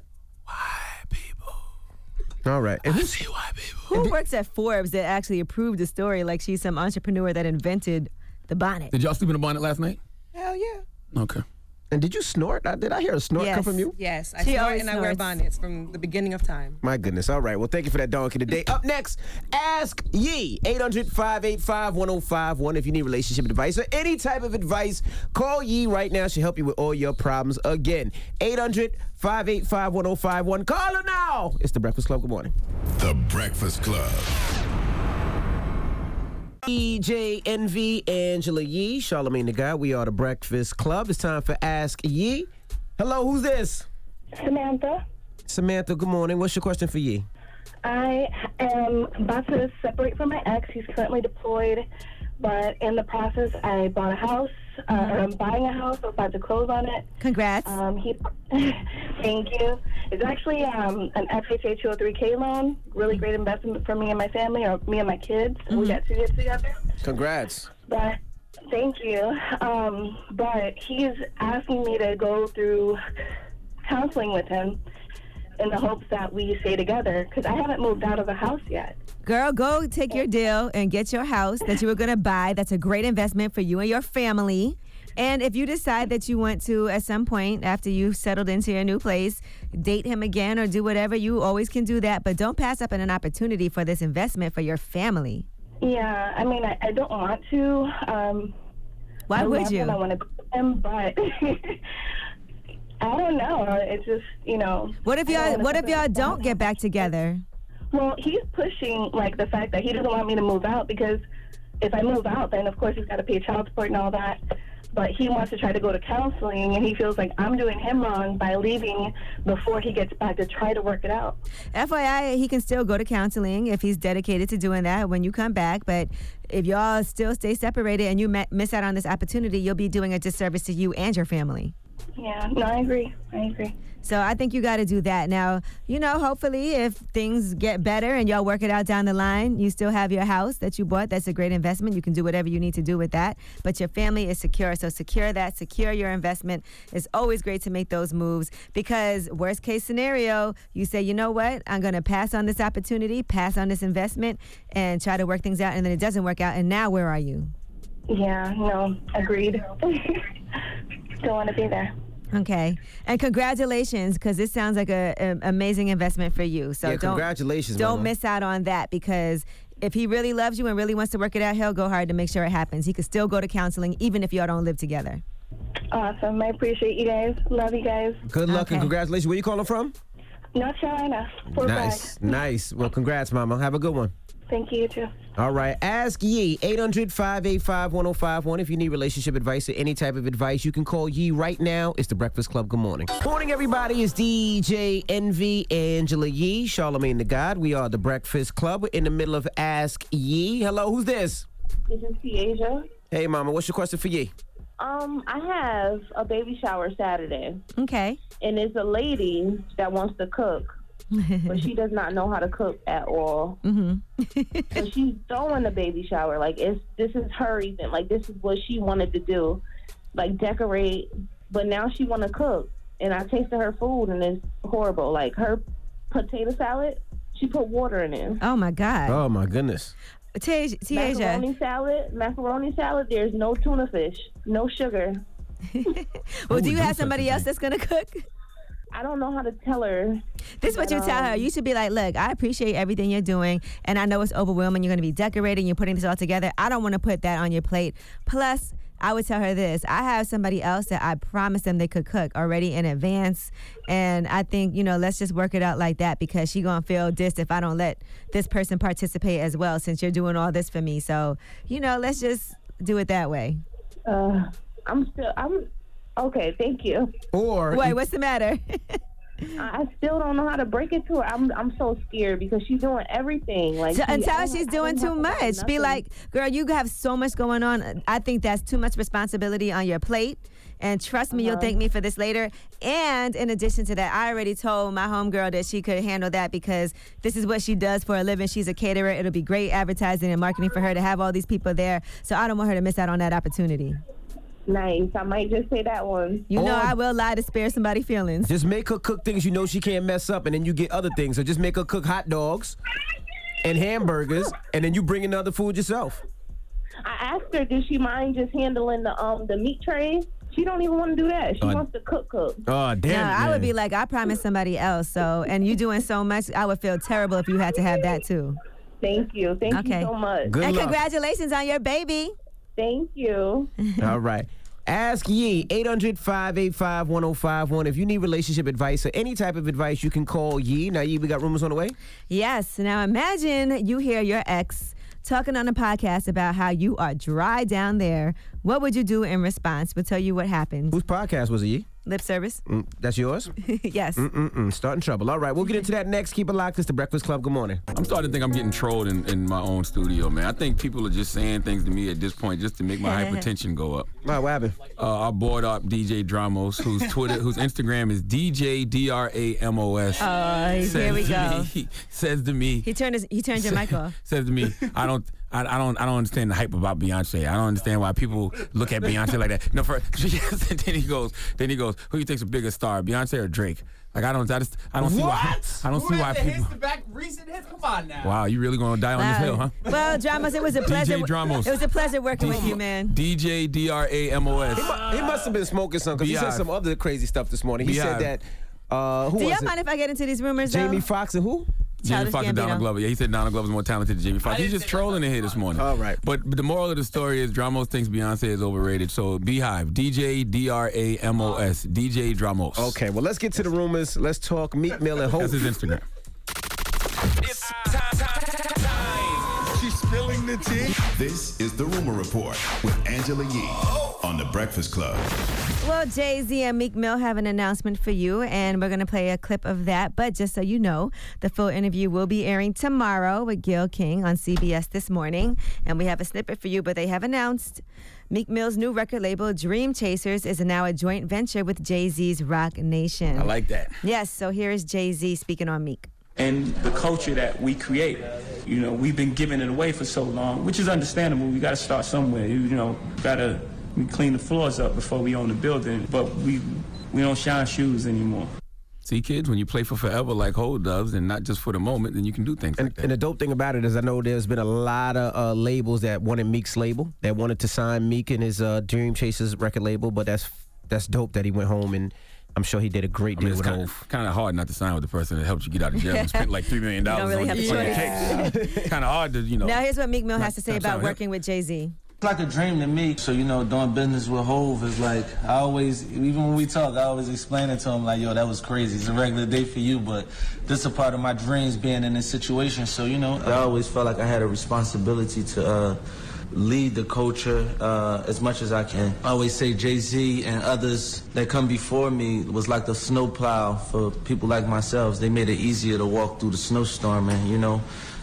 White people. All right. And who's- Who works at Forbes that actually approved the story like she's some entrepreneur that invented the bonnet? Did y'all sleep in a bonnet last night? Hell yeah. Okay. And did you snort? I, did I hear a snort come from you? Yes, I She snort always and I wear snorts. bonnets from the beginning of time. My goodness. All right. Well, thank you for that donkey today. Up next, ask ye 800 585 1051. If you need relationship advice or any type of advice, call ye right now. She'll help you with all your problems. Again, 800 585 1051. Call her now. It's the Breakfast Club. Good morning. The Breakfast Club. EJ NV, Angela Yee, Charlemagne the Guy. We are the Breakfast Club. It's time for Ask Ye. Hello, who's this? Samantha. Samantha, good morning. What's your question for Ye? I am about to separate from my ex. He's currently deployed, but in the process, I bought a house. Uh, or I'm buying a house. I'm about to close on it. Congrats. Um, he, (laughs) thank you. It's actually um, an FHA 203K loan. Really great investment for me and my family, or me and my kids. We got two kids together. Congrats. But thank you. Um, but he's asking me to go through counseling with him in the hopes that we stay together because I haven't moved out of the house yet. Girl, go take your deal and get your house that you were going to buy. That's a great investment for you and your family. And if you decide that you want to, at some point after you've settled into your new place, date him again or do whatever, you always can do that. But don't pass up on an opportunity for this investment for your family. Yeah, I mean, I, I don't want to. Um, Why I would love you? Him, I want to him, but (laughs) I don't know. It's just you know. What if I don't y'all? wanna What if separate y'all the don't get back together? Well, he's pushing like the fact that he doesn't want me to move out because if I move out, then of course he's got to pay child support and all that. But he wants to try to go to counseling, and he feels like I'm doing him wrong by leaving before he gets back to try to work it out. FYI, he can still go to counseling if he's dedicated to doing that when you come back. But if y'all still stay separated and you ma- miss out on this opportunity, you'll be doing a disservice to you and your family. Yeah, no, I agree. I agree. So I think you got to do that. Now, you know, hopefully, if things get better and y'all work it out down the line, you still have your house that you bought. That's a great investment. You can do whatever you need to do with that. But your family is secure. So secure that, secure your investment. It's always great to make those moves because, worst case scenario, you say, you know what, I'm going to pass on this opportunity, pass on this investment, and try to work things out. And then it doesn't work out. And now, where are you? Yeah, no, agreed. Don't want to be there. Okay. And congratulations, because this sounds like a, a- amazing investment for you. So Yeah, don't congratulations, Don't mama. miss out on that because if he really loves you and really wants to work it out, he'll go hard to make sure it happens. He could still go to counseling even if y'all don't live together. Awesome. I appreciate you guys. Love you guys. Good luck and congratulations. Where you calling from? North Carolina. Fort nice, nice. Well, congrats, Mama. Have a good one. Bragg. Thank you, you too. All right. Ask Yee, 800 585 1051. If you need relationship advice or any type of advice, you can call Yee right now. It's the Breakfast Club. Good morning. Morning, everybody. It's DJ NV, Angela Yee, Charlemagne the God. We are the Breakfast Club. We're in the middle of Ask Yee. Hello, who's this? This is Tiasia. Hey, Mama, what's your question for Yee? Um, I have a baby shower Saturday. Okay. And it's a lady that wants to cook, but (laughs) she does not know how to cook at all. Mm-hmm. (laughs) so she's throwing the baby shower. Like it's this is her event. Like this is what she wanted to do, like decorate. But now she want to cook, and I tasted her food, and it's horrible. Like her potato salad, she put water in it. Oh, my God. Oh, my goodness. Tasia. Tasia. Macaroni salad, macaroni salad. There's no tuna fish, no sugar. (laughs) Well, do you have somebody else that's going to cook? I don't know how to tell her. um, This is what you tell her. You should be like, look, I appreciate everything you're doing, and I know it's overwhelming. You're going to be decorating, you're putting this all together. I don't want to put that on your plate. Plus, I would tell her this I have somebody else that I promised them they could cook already in advance. And I think, you know, let's just work it out like that because she going to feel dissed if I don't let this person participate as well since you're doing all this for me. So, you know, let's just do it that way. Uh, I'm still. I'm okay. Thank you. Or Wait, what's the matter? I I still don't know how to break it to her. I'm I'm so scared because she's doing everything. Like So she- I until don't- she's I doing don't too have to do much, be nothing. like, girl, you have so much going on. I think that's too much responsibility on your plate. And trust me, you'll Uh-huh. thank me for this later. And in addition to that, I already told my homegirl that she could handle that because this is what she does for a living. She's a caterer. It'll be great advertising and marketing for her to have all these people there. So I don't want her to miss out on that opportunity. nice. I might just say that one. You know, I will lie to spare somebody feelings. Just make her cook things you know she can't mess up, and then you get other things. So just make her cook hot dogs and hamburgers, and then you bring in the other food yourself. I asked her, does she mind just handling the um the meat tray? She don't even want to do that. She Uh, wants to cook cook. Oh, damn. no, it, I would man. be like, I promised somebody else. So, and you doing so much, I would feel terrible if you had to have that too. Thank you. Thank okay. you so much. Good and luck. congratulations on your baby. Thank you. All right. Ask Yee, 800 585 1051. If you need relationship advice or any type of advice, you can call Yee. Now, Yee, we got rumors on the way. Yes. Now imagine you hear your ex talking on a podcast about how you are dry down there. What would you do in response? We'll tell you what happened. Whose (laughs) podcast was it, Yee? Lip service. Mm, that's yours? (laughs) yes. Mm-mm-mm. Starting trouble. All right, we'll get into that next. Keep it locked. It's the Breakfast Club. Good morning. I'm starting to think I'm getting trolled in, in my own studio, man. I think people are just saying things to me at this point just to make (laughs) my hypertension go up. All right, what happened? Uh, I brought up DJ Dramos, whose Twitter, whose Instagram is DJ D R A M O S. Oh, here says we to go. me- (laughs) says to me, He turned his he turned (laughs) your mic off. says to me, I don't, I, I don't, I don't understand the hype about Beyonce. I don't understand why people look at Beyonce like that. No, (laughs) first, and then he goes, then he goes, who you think's a bigger star, Beyonce or Drake? Like I don't, I just, I don't see why, I don't see why people. back recent hits? Come on now. Wow, you really gonna die on this Wow. hill, huh? Uh, Well, dramas. It was a DJ pleasure. Dramos. It was a pleasure working with you, man. DJ D R A M O S. He must have been smoking some because he said Beehive. some other crazy stuff this morning. He Beehive. said that, uh, who do y'all was it? mind if I get into these rumors? Jamie though? Foxx and who? Jamie Childish Foxx and Donald Gambino. Glover. Yeah, he said Donald Glover's more talented than Jamie Foxx. He's just trolling in here this morning. All right. But, but the moral of the story is Dramos thinks Beyonce is overrated. So Beehive, DJ D R A M O S, DJ Dramos. Okay, well, let's get to the rumors. Let's talk Meek Mill and Hope. That's his Instagram. She's spilling the tea. This is the Rumor Report with Angela Yee on The Breakfast Club. Well, Jay Z and Meek Mill have an announcement for you, and we're going to play a clip of that. But just so you know, the full interview will be airing tomorrow with Gil King on CBS this morning. And we have a snippet for you, but they have announced Meek Mill's new record label, Dream Chasers, is now a joint venture with Jay Z's Rock Nation. I like that. Yes, so here is Jay Z speaking on Meek. and the culture that we create. You know, we've been giving it away for so long, which is understandable. We got to start somewhere. You know, got to we clean the floors up before we own the building, but we we don't shine shoes anymore. See, kids, when you play for forever like Hov does, and not just for the moment, then you can do things. And, and the dope thing about it is, I know there's been a lot of uh, labels that wanted Meek's label, that wanted to sign Meek and his uh, Dream Chasers record label, but that's that's dope that he went home and I'm sure he did a great I deal mean, it's with kind Hov. of, kind of hard not to sign with the person that helped you get out of jail (laughs) and spent like $3 million You don't really on have a on the (laughs) case. kind of hard to, you know. Now, here's what Meek Mill Not- has to say not about sound hip. working with Jay Z. It's like a dream to me. So you know, doing business with Hove is like I always, even when we talk, I always explain it to him like, "Yo, that was crazy. It's a regular day for you, but this is a part of my dreams being in this situation." So you know, I always felt like I had a responsibility to uh, lead the culture uh, as much as I can. I always say Jay Z and others that come before me was like the snowplow for people like myself. They made it easier to walk through the snowstorm, and you know.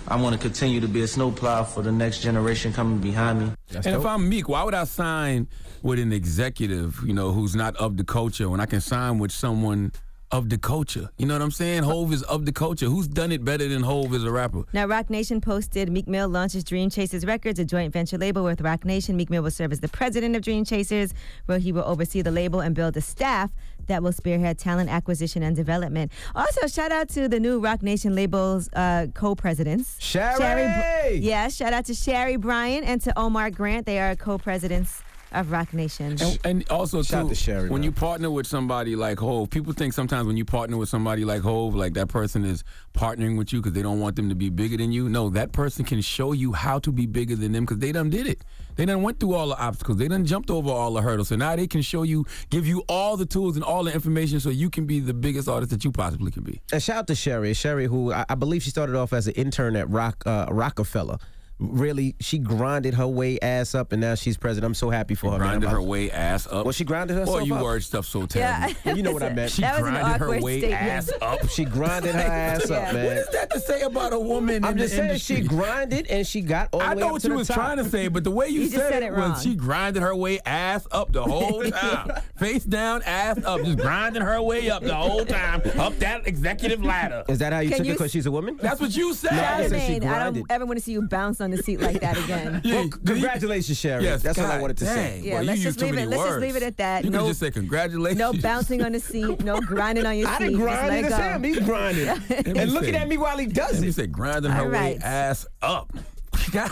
I want to continue to be a snowplow for the next generation coming behind me. and if I'm Meek, why would I sign with an executive, you know, who's not of the culture when I can sign with someone of the culture? You know what I'm saying? Hove is of the culture. Who's done it better than Hove as a rapper? Now, Rock Nation posted Meek Mill launches Dream Chasers Records, a joint venture label with Rock Nation. Meek Mill will serve as the president of Dream Chasers, where he will oversee the label and build a staff that will spearhead talent acquisition and development. Also, shout out to the new Rock Nation label's uh, co presidents. Sherry! Br- yeah, shout out to Sherry Bryan and to Omar Grant. They are co presidents of Rock Nation. And, and also Shout out too, to Sherry, when man. you partner with somebody like Hove, people think sometimes when you partner with somebody like Hove, like that person is partnering with you because they don't want them to be bigger than you. No, that person can show you how to be bigger than them because they done did it. They done went through all the obstacles. They done jumped over all the hurdles. So now they can show you, give you all the tools and all the information so you can be the biggest artist that you possibly can be. And shout out to Sherry. Sherry, who I, I believe she started off as an intern at Rock uh, Rockefeller. Really, she grinded her way ass up, and now she's president. I'm so happy for her. man. Grinded I'm- her way ass up. Well, she grinded herself Boy, you up. word stuff so terrible. Yeah. You know what I meant. She That was an grinded her awkward way statement. ass up. (laughs) She grinded her ass up, man. What is that to say about a woman I'm in just the saying industry? she grinded and she got all the I way know up what to you the was top. trying to say, but (laughs) the way you, said, it was she grinded her way ass up the (laughs) whole time. Face down, ass up, just grinding her way up the whole time, up that executive ladder. Is that how you Can took you it? Because she's a woman. That's what you said. Charlamagne, I don't ever want to see you bounce on the seat like that (laughs) again. Well, congratulations, Sherry. Yes, That's all I God wanted to say. dang, Yeah, boy, you let's used just too leave it. many Let's just words. leave it at that. You could no, just say congratulations. no bouncing on the (laughs) seat, no grinding on your I seat. didn't grind it. Just It's let him. go. He's (laughs) (laughs) grinding. and looking at me while he does You it. said grinding her All way right. ass up. (laughs) God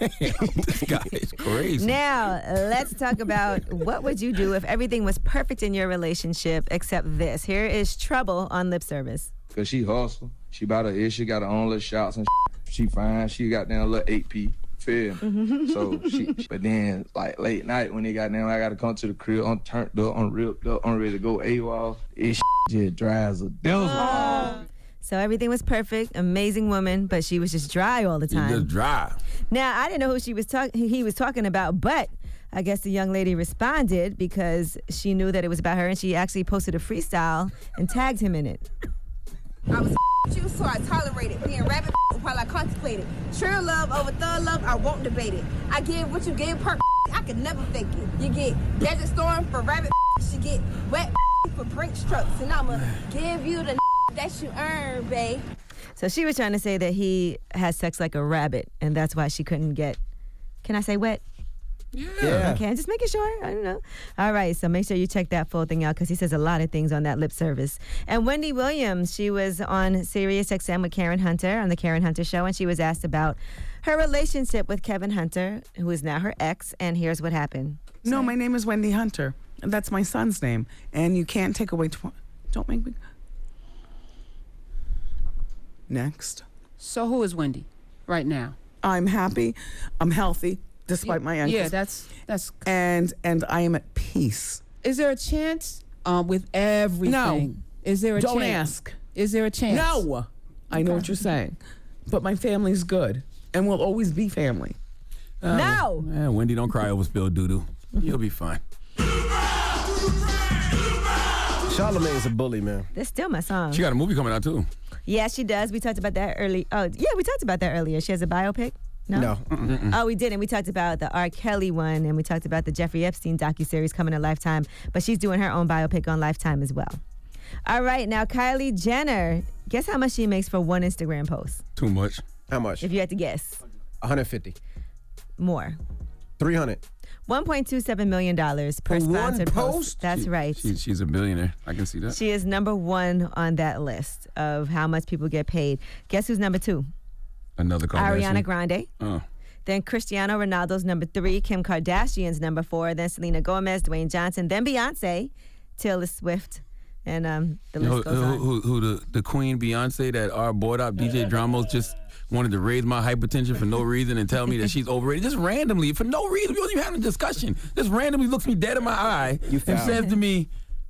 damn, (laughs) this guy is crazy. Now, let's talk about what would you do if everything was perfect in your relationship except this. Here is trouble on lip service. Cause she hustle. She bought her issue, got her own little shots and shit. she fine. She got down little eight P. Feel me? so she, but then like late night when they got down, I gotta come to the crib. I'm turned up, I'm ripped up, I'm ready to go AWOL. It just drives a dizzle. So everything was perfect, amazing woman, but she was just dry all the You time. just dry. Now, I didn't know who she was talking he was talking about, but I guess the young lady responded because she knew that it was about her and she actually posted a freestyle and tagged him in it. you, so I tolerate it. Being rabid while I contemplate it. True love over thug love, I won't debate it. I give what you give, perk. I could never fake it. You get desert storm for rabbit. She get wet for brink strokes, and I'ma give you the that you earn, babe. So she was trying to say that he has sex like a rabbit and that's why she couldn't get Can I say wet? Yeah. Okay, I'm just making sure. I don't know. All right, so make sure you check that full thing out because he says a lot of things on that lip service. And Wendy Williams, she was on Sirius XM with Karen Hunter on the Karen Hunter Show, and she was asked about her relationship with Kevin Hunter, who is now her ex. And here's what happened. No, my name is Wendy Hunter. That's my son's name. And you can't take away. Tw- don't make me. Next. So who is Wendy right now? I'm happy. I'm healthy despite my ankles. Yeah, that's that's. And and I am at peace. Is there a chance um, with everything? No. Is there a Don't chance? ask. Is there a chance? No. I know Okay. what you're saying. But my family's good and will always be family. Uh, yeah, Wendy, don't cry over spilled doo doo. You'll be fine. Charlamagne's a bully, man. This still my song. She got a movie coming out too. yeah, she does. We talked about that early. Oh, yeah, we talked about that earlier. She has a biopic. Mm-mm. Oh, we did, and we talked about the R. Kelly one, and we talked about the Jeffrey Epstein docuseries coming to Lifetime, but she's doing her own biopic on Lifetime as well. All right, now Kylie Jenner, guess how much she makes for one Instagram post? Too much. How much? If you had to guess, 150. more. 300. $1.27 million dollars per For one sponsored post? That's right. She, she's a billionaire. I can see that. She is number one on that list of how much people get paid. Guess who's number two? Another Kardashian. Ariana Grande. Oh. Then Cristiano Ronaldo's number three, Kim Kardashian's number four, then Selena Gomez, Dwayne Johnson, then Beyonce, Taylor Swift, and um, the list Who, goes who, on. who, who the, the queen Beyonce that our board up (laughs) DJ Dramos just wanted to raise my hypertension for no reason and tell me that she's overrated just randomly for no reason. We wasn't even having a discussion. Just randomly looks me dead in my eye and found says to me,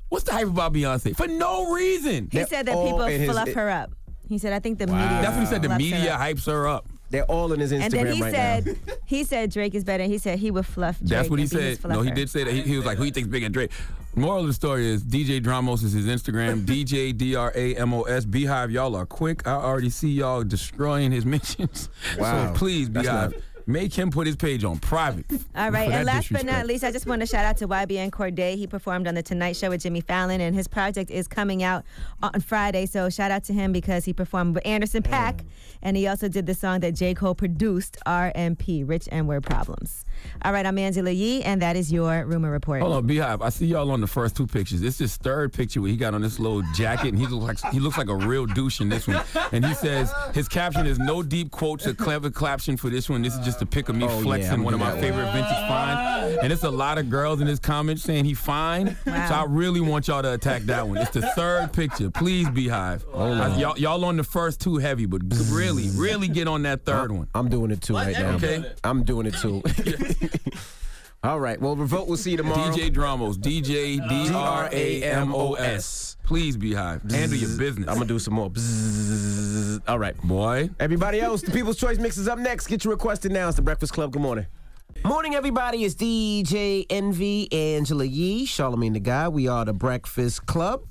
"What's the hype about Beyonce?" For no reason. He said that people fluff her up. He said, I think the media. That's what he said. The fluffs her media up." hypes her up. They're all in his And then he said, he said Drake is better. He said he would fluff. Drake That's what he and be his said. No, he fluffer. did say that. He, he was like, who you think's bigger, Drake? Moral of the story is DJ Dramos is his (laughs) Instagram. DJ D R A M O S. Beehive, y'all are quick. I already see y'all destroying his (laughs) mentions. Wow. So please, That's Beehive, make him put his page on private. All (laughs) right, for that and last but disrespect. not least, I just want to shout out to YBN Corday. He performed on the Tonight Show with Jimmy Fallon, and his project is coming out on Friday. So shout out to him because he performed with Anderson Pack, and he also did the song that J Cole produced, RMP, Rich and Word Problems. All right, I'm Angela Yee, and that is your rumor report. Hold on, Beehive. I see y'all on the first two pictures. This is third picture where he got on this little jacket and he looks like he looks like a real douche in this one. And he says his caption is no deep quotes or clever caption for this one. This is just a pic of me Oh, yeah, flexing I'm one of gonna my do that favorite vintage finds. And it's a lot of girls in his comments saying he fine. So I really want y'all to attack that one. It's the third picture. Please, Beehive. Oh, I- y'all, y'all on the first two heavy, but really, really get on that third one. I'm doing it too right now. Okay. I'm doing it too. All right. Well, Revolt will see you tomorrow. DJ Dramos. DJ D R A M O S. Please, Beehive. Handle your business. I'm gonna do some more. Bzzz. All right, boy. Everybody else, the People's Choice Mix is up next. Get your request in now. It's the Breakfast Club. Good morning. Morning, everybody. It's DJ NV, Angela Yee, Charlemagne the Guy. We are the Breakfast Club.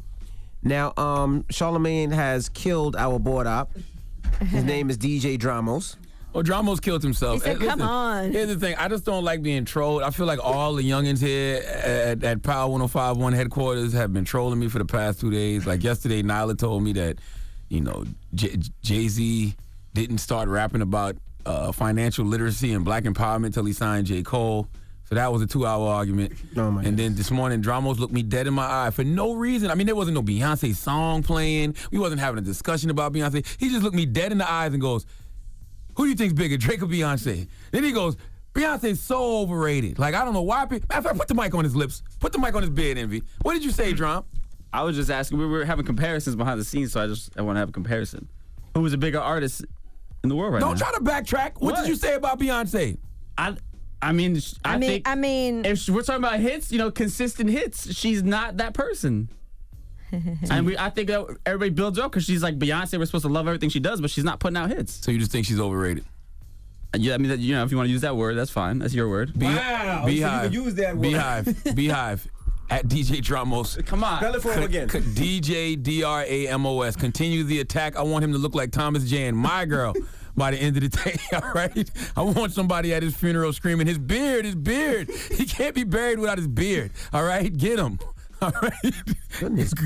Now, um, Charlemagne has killed our board op. (laughs) His name is DJ Dramos. Well, Oh, Dramos killed himself. He said, And "Come on." Here's the thing. I just don't like being trolled. I feel like all the youngins here at, at Power 1051 headquarters have been trolling me for the past two days. Like yesterday, Nyla told me that, you know, J- Jay Z didn't start rapping about uh, financial literacy and black empowerment till he signed J. Cole. So that was a two hour argument. and then this morning, Dramos looked me dead in my eye for no reason. I mean, there wasn't no Beyonce song playing. We wasn't having a discussion about Beyonce. He just looked me dead in the eyes and goes, who do you think's bigger, Drake or Beyonce? Then he goes, Beyonce's so overrated. Like I don't know why. Pe- Matter of fact, put the mic on his lips. Put the mic on his beard, Envy. What did you say, Drum? I was just asking. We were having comparisons behind the scenes, so I just I want to have a comparison. Who is a bigger artist in the world right don't now? try to backtrack. What, did you say about Beyonce? I, I mean, sh- I, I mean, think I mean, if we're talking about hits, you know, consistent hits, she's not that person. and we, I think that everybody builds her up because she's like Beyonce. We're supposed to love everything she does, but she's not putting out hits. Uh, So you just think she's overrated? Yeah, I mean, that, you know, if you want to use that word, that's fine. That's your word. Wow, so you can Beehive. use that word. Beehive. Beehive. At DJ Dramos. Come on. Spell it for him again. DJ D R A M O S. Continue the attack. I want him to look like Thomas Jane, my girl, by the end of the day. (laughs) All right. I want somebody at his funeral screaming, "His beard, his beard! He can't be buried without his beard." All right, get him. (laughs) All right,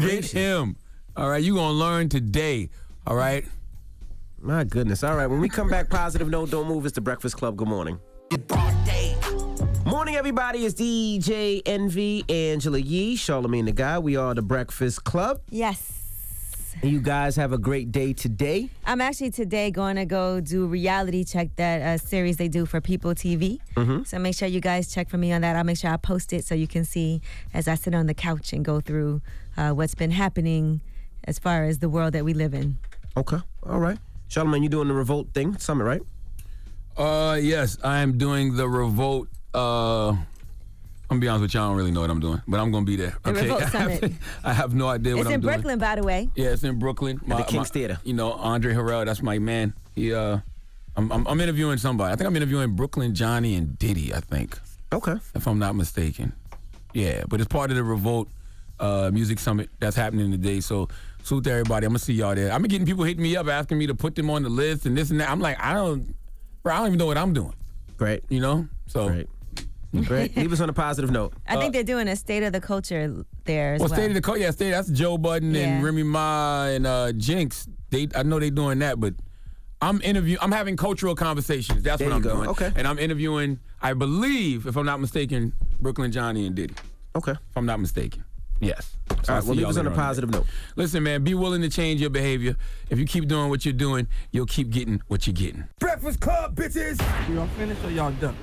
get him. All right, you gonna learn today. All right. My goodness. All right. When we come back, positive no, don't move. It's the Breakfast Club. Good morning. Morning, everybody. It's DJ NV, Angela Yee, Charlemagne the Guy. We are the Breakfast Club. Yes. You guys have a great day today. I'm actually today going to go do reality check that uh, series they do for People TV. Mm-hmm. Mhm. So make sure you guys check for me on that. I'll make sure I post it so you can see as I sit on the couch and go through uh, what's been happening as far as the world that we live in. Okay. All right. Charlamagne, you doing the revolt thing summit, right? Uh, yes, I am doing the revolt. Uh, I'm gonna be honest with you, all I don't really know what I'm doing, but I'm gonna be there. The Revolt Summit. (laughs) I have no idea It's what in I'm doing. Brooklyn, by the way. Yeah, it's in Brooklyn. the King's Theater. You know, Andre Harrell, that's my man. He, uh, I'm, I'm, I'm interviewing somebody. I think I'm interviewing Brooklyn Johnny and Diddy. I think. Okay. If I'm not mistaken. Yeah, but it's part of the Revolt uh, Music Summit that's happening today. So salute to everybody. I'm gonna see y'all there. I'm getting people hitting me up asking me to put them on the list and this and that. I'm like, I don't, bro. I don't even know what I'm doing. Great. You know. So. Great. Great. Leave us on a positive note. I think they're doing a state of the culture there as Well, well. Uh, State of the Culture, yeah, State. That's Joe Budden and Yeah. Remy Ma and uh, Jinx. They, I know they doing that, but I'm interview. I'm having cultural conversations. That's There what you I'm go. doing. Okay. And I'm interviewing, I believe, if I'm not mistaken, Brooklyn Johnny and Diddy. Okay. If I'm not mistaken. Yes. So All I'll right. Well, see leave y'all us on a later on positive today. note. Listen, man, be willing to change your behavior. If you keep doing what you're doing, you'll keep getting what you're getting. Breakfast Club, bitches. Y'all finished or y'all done?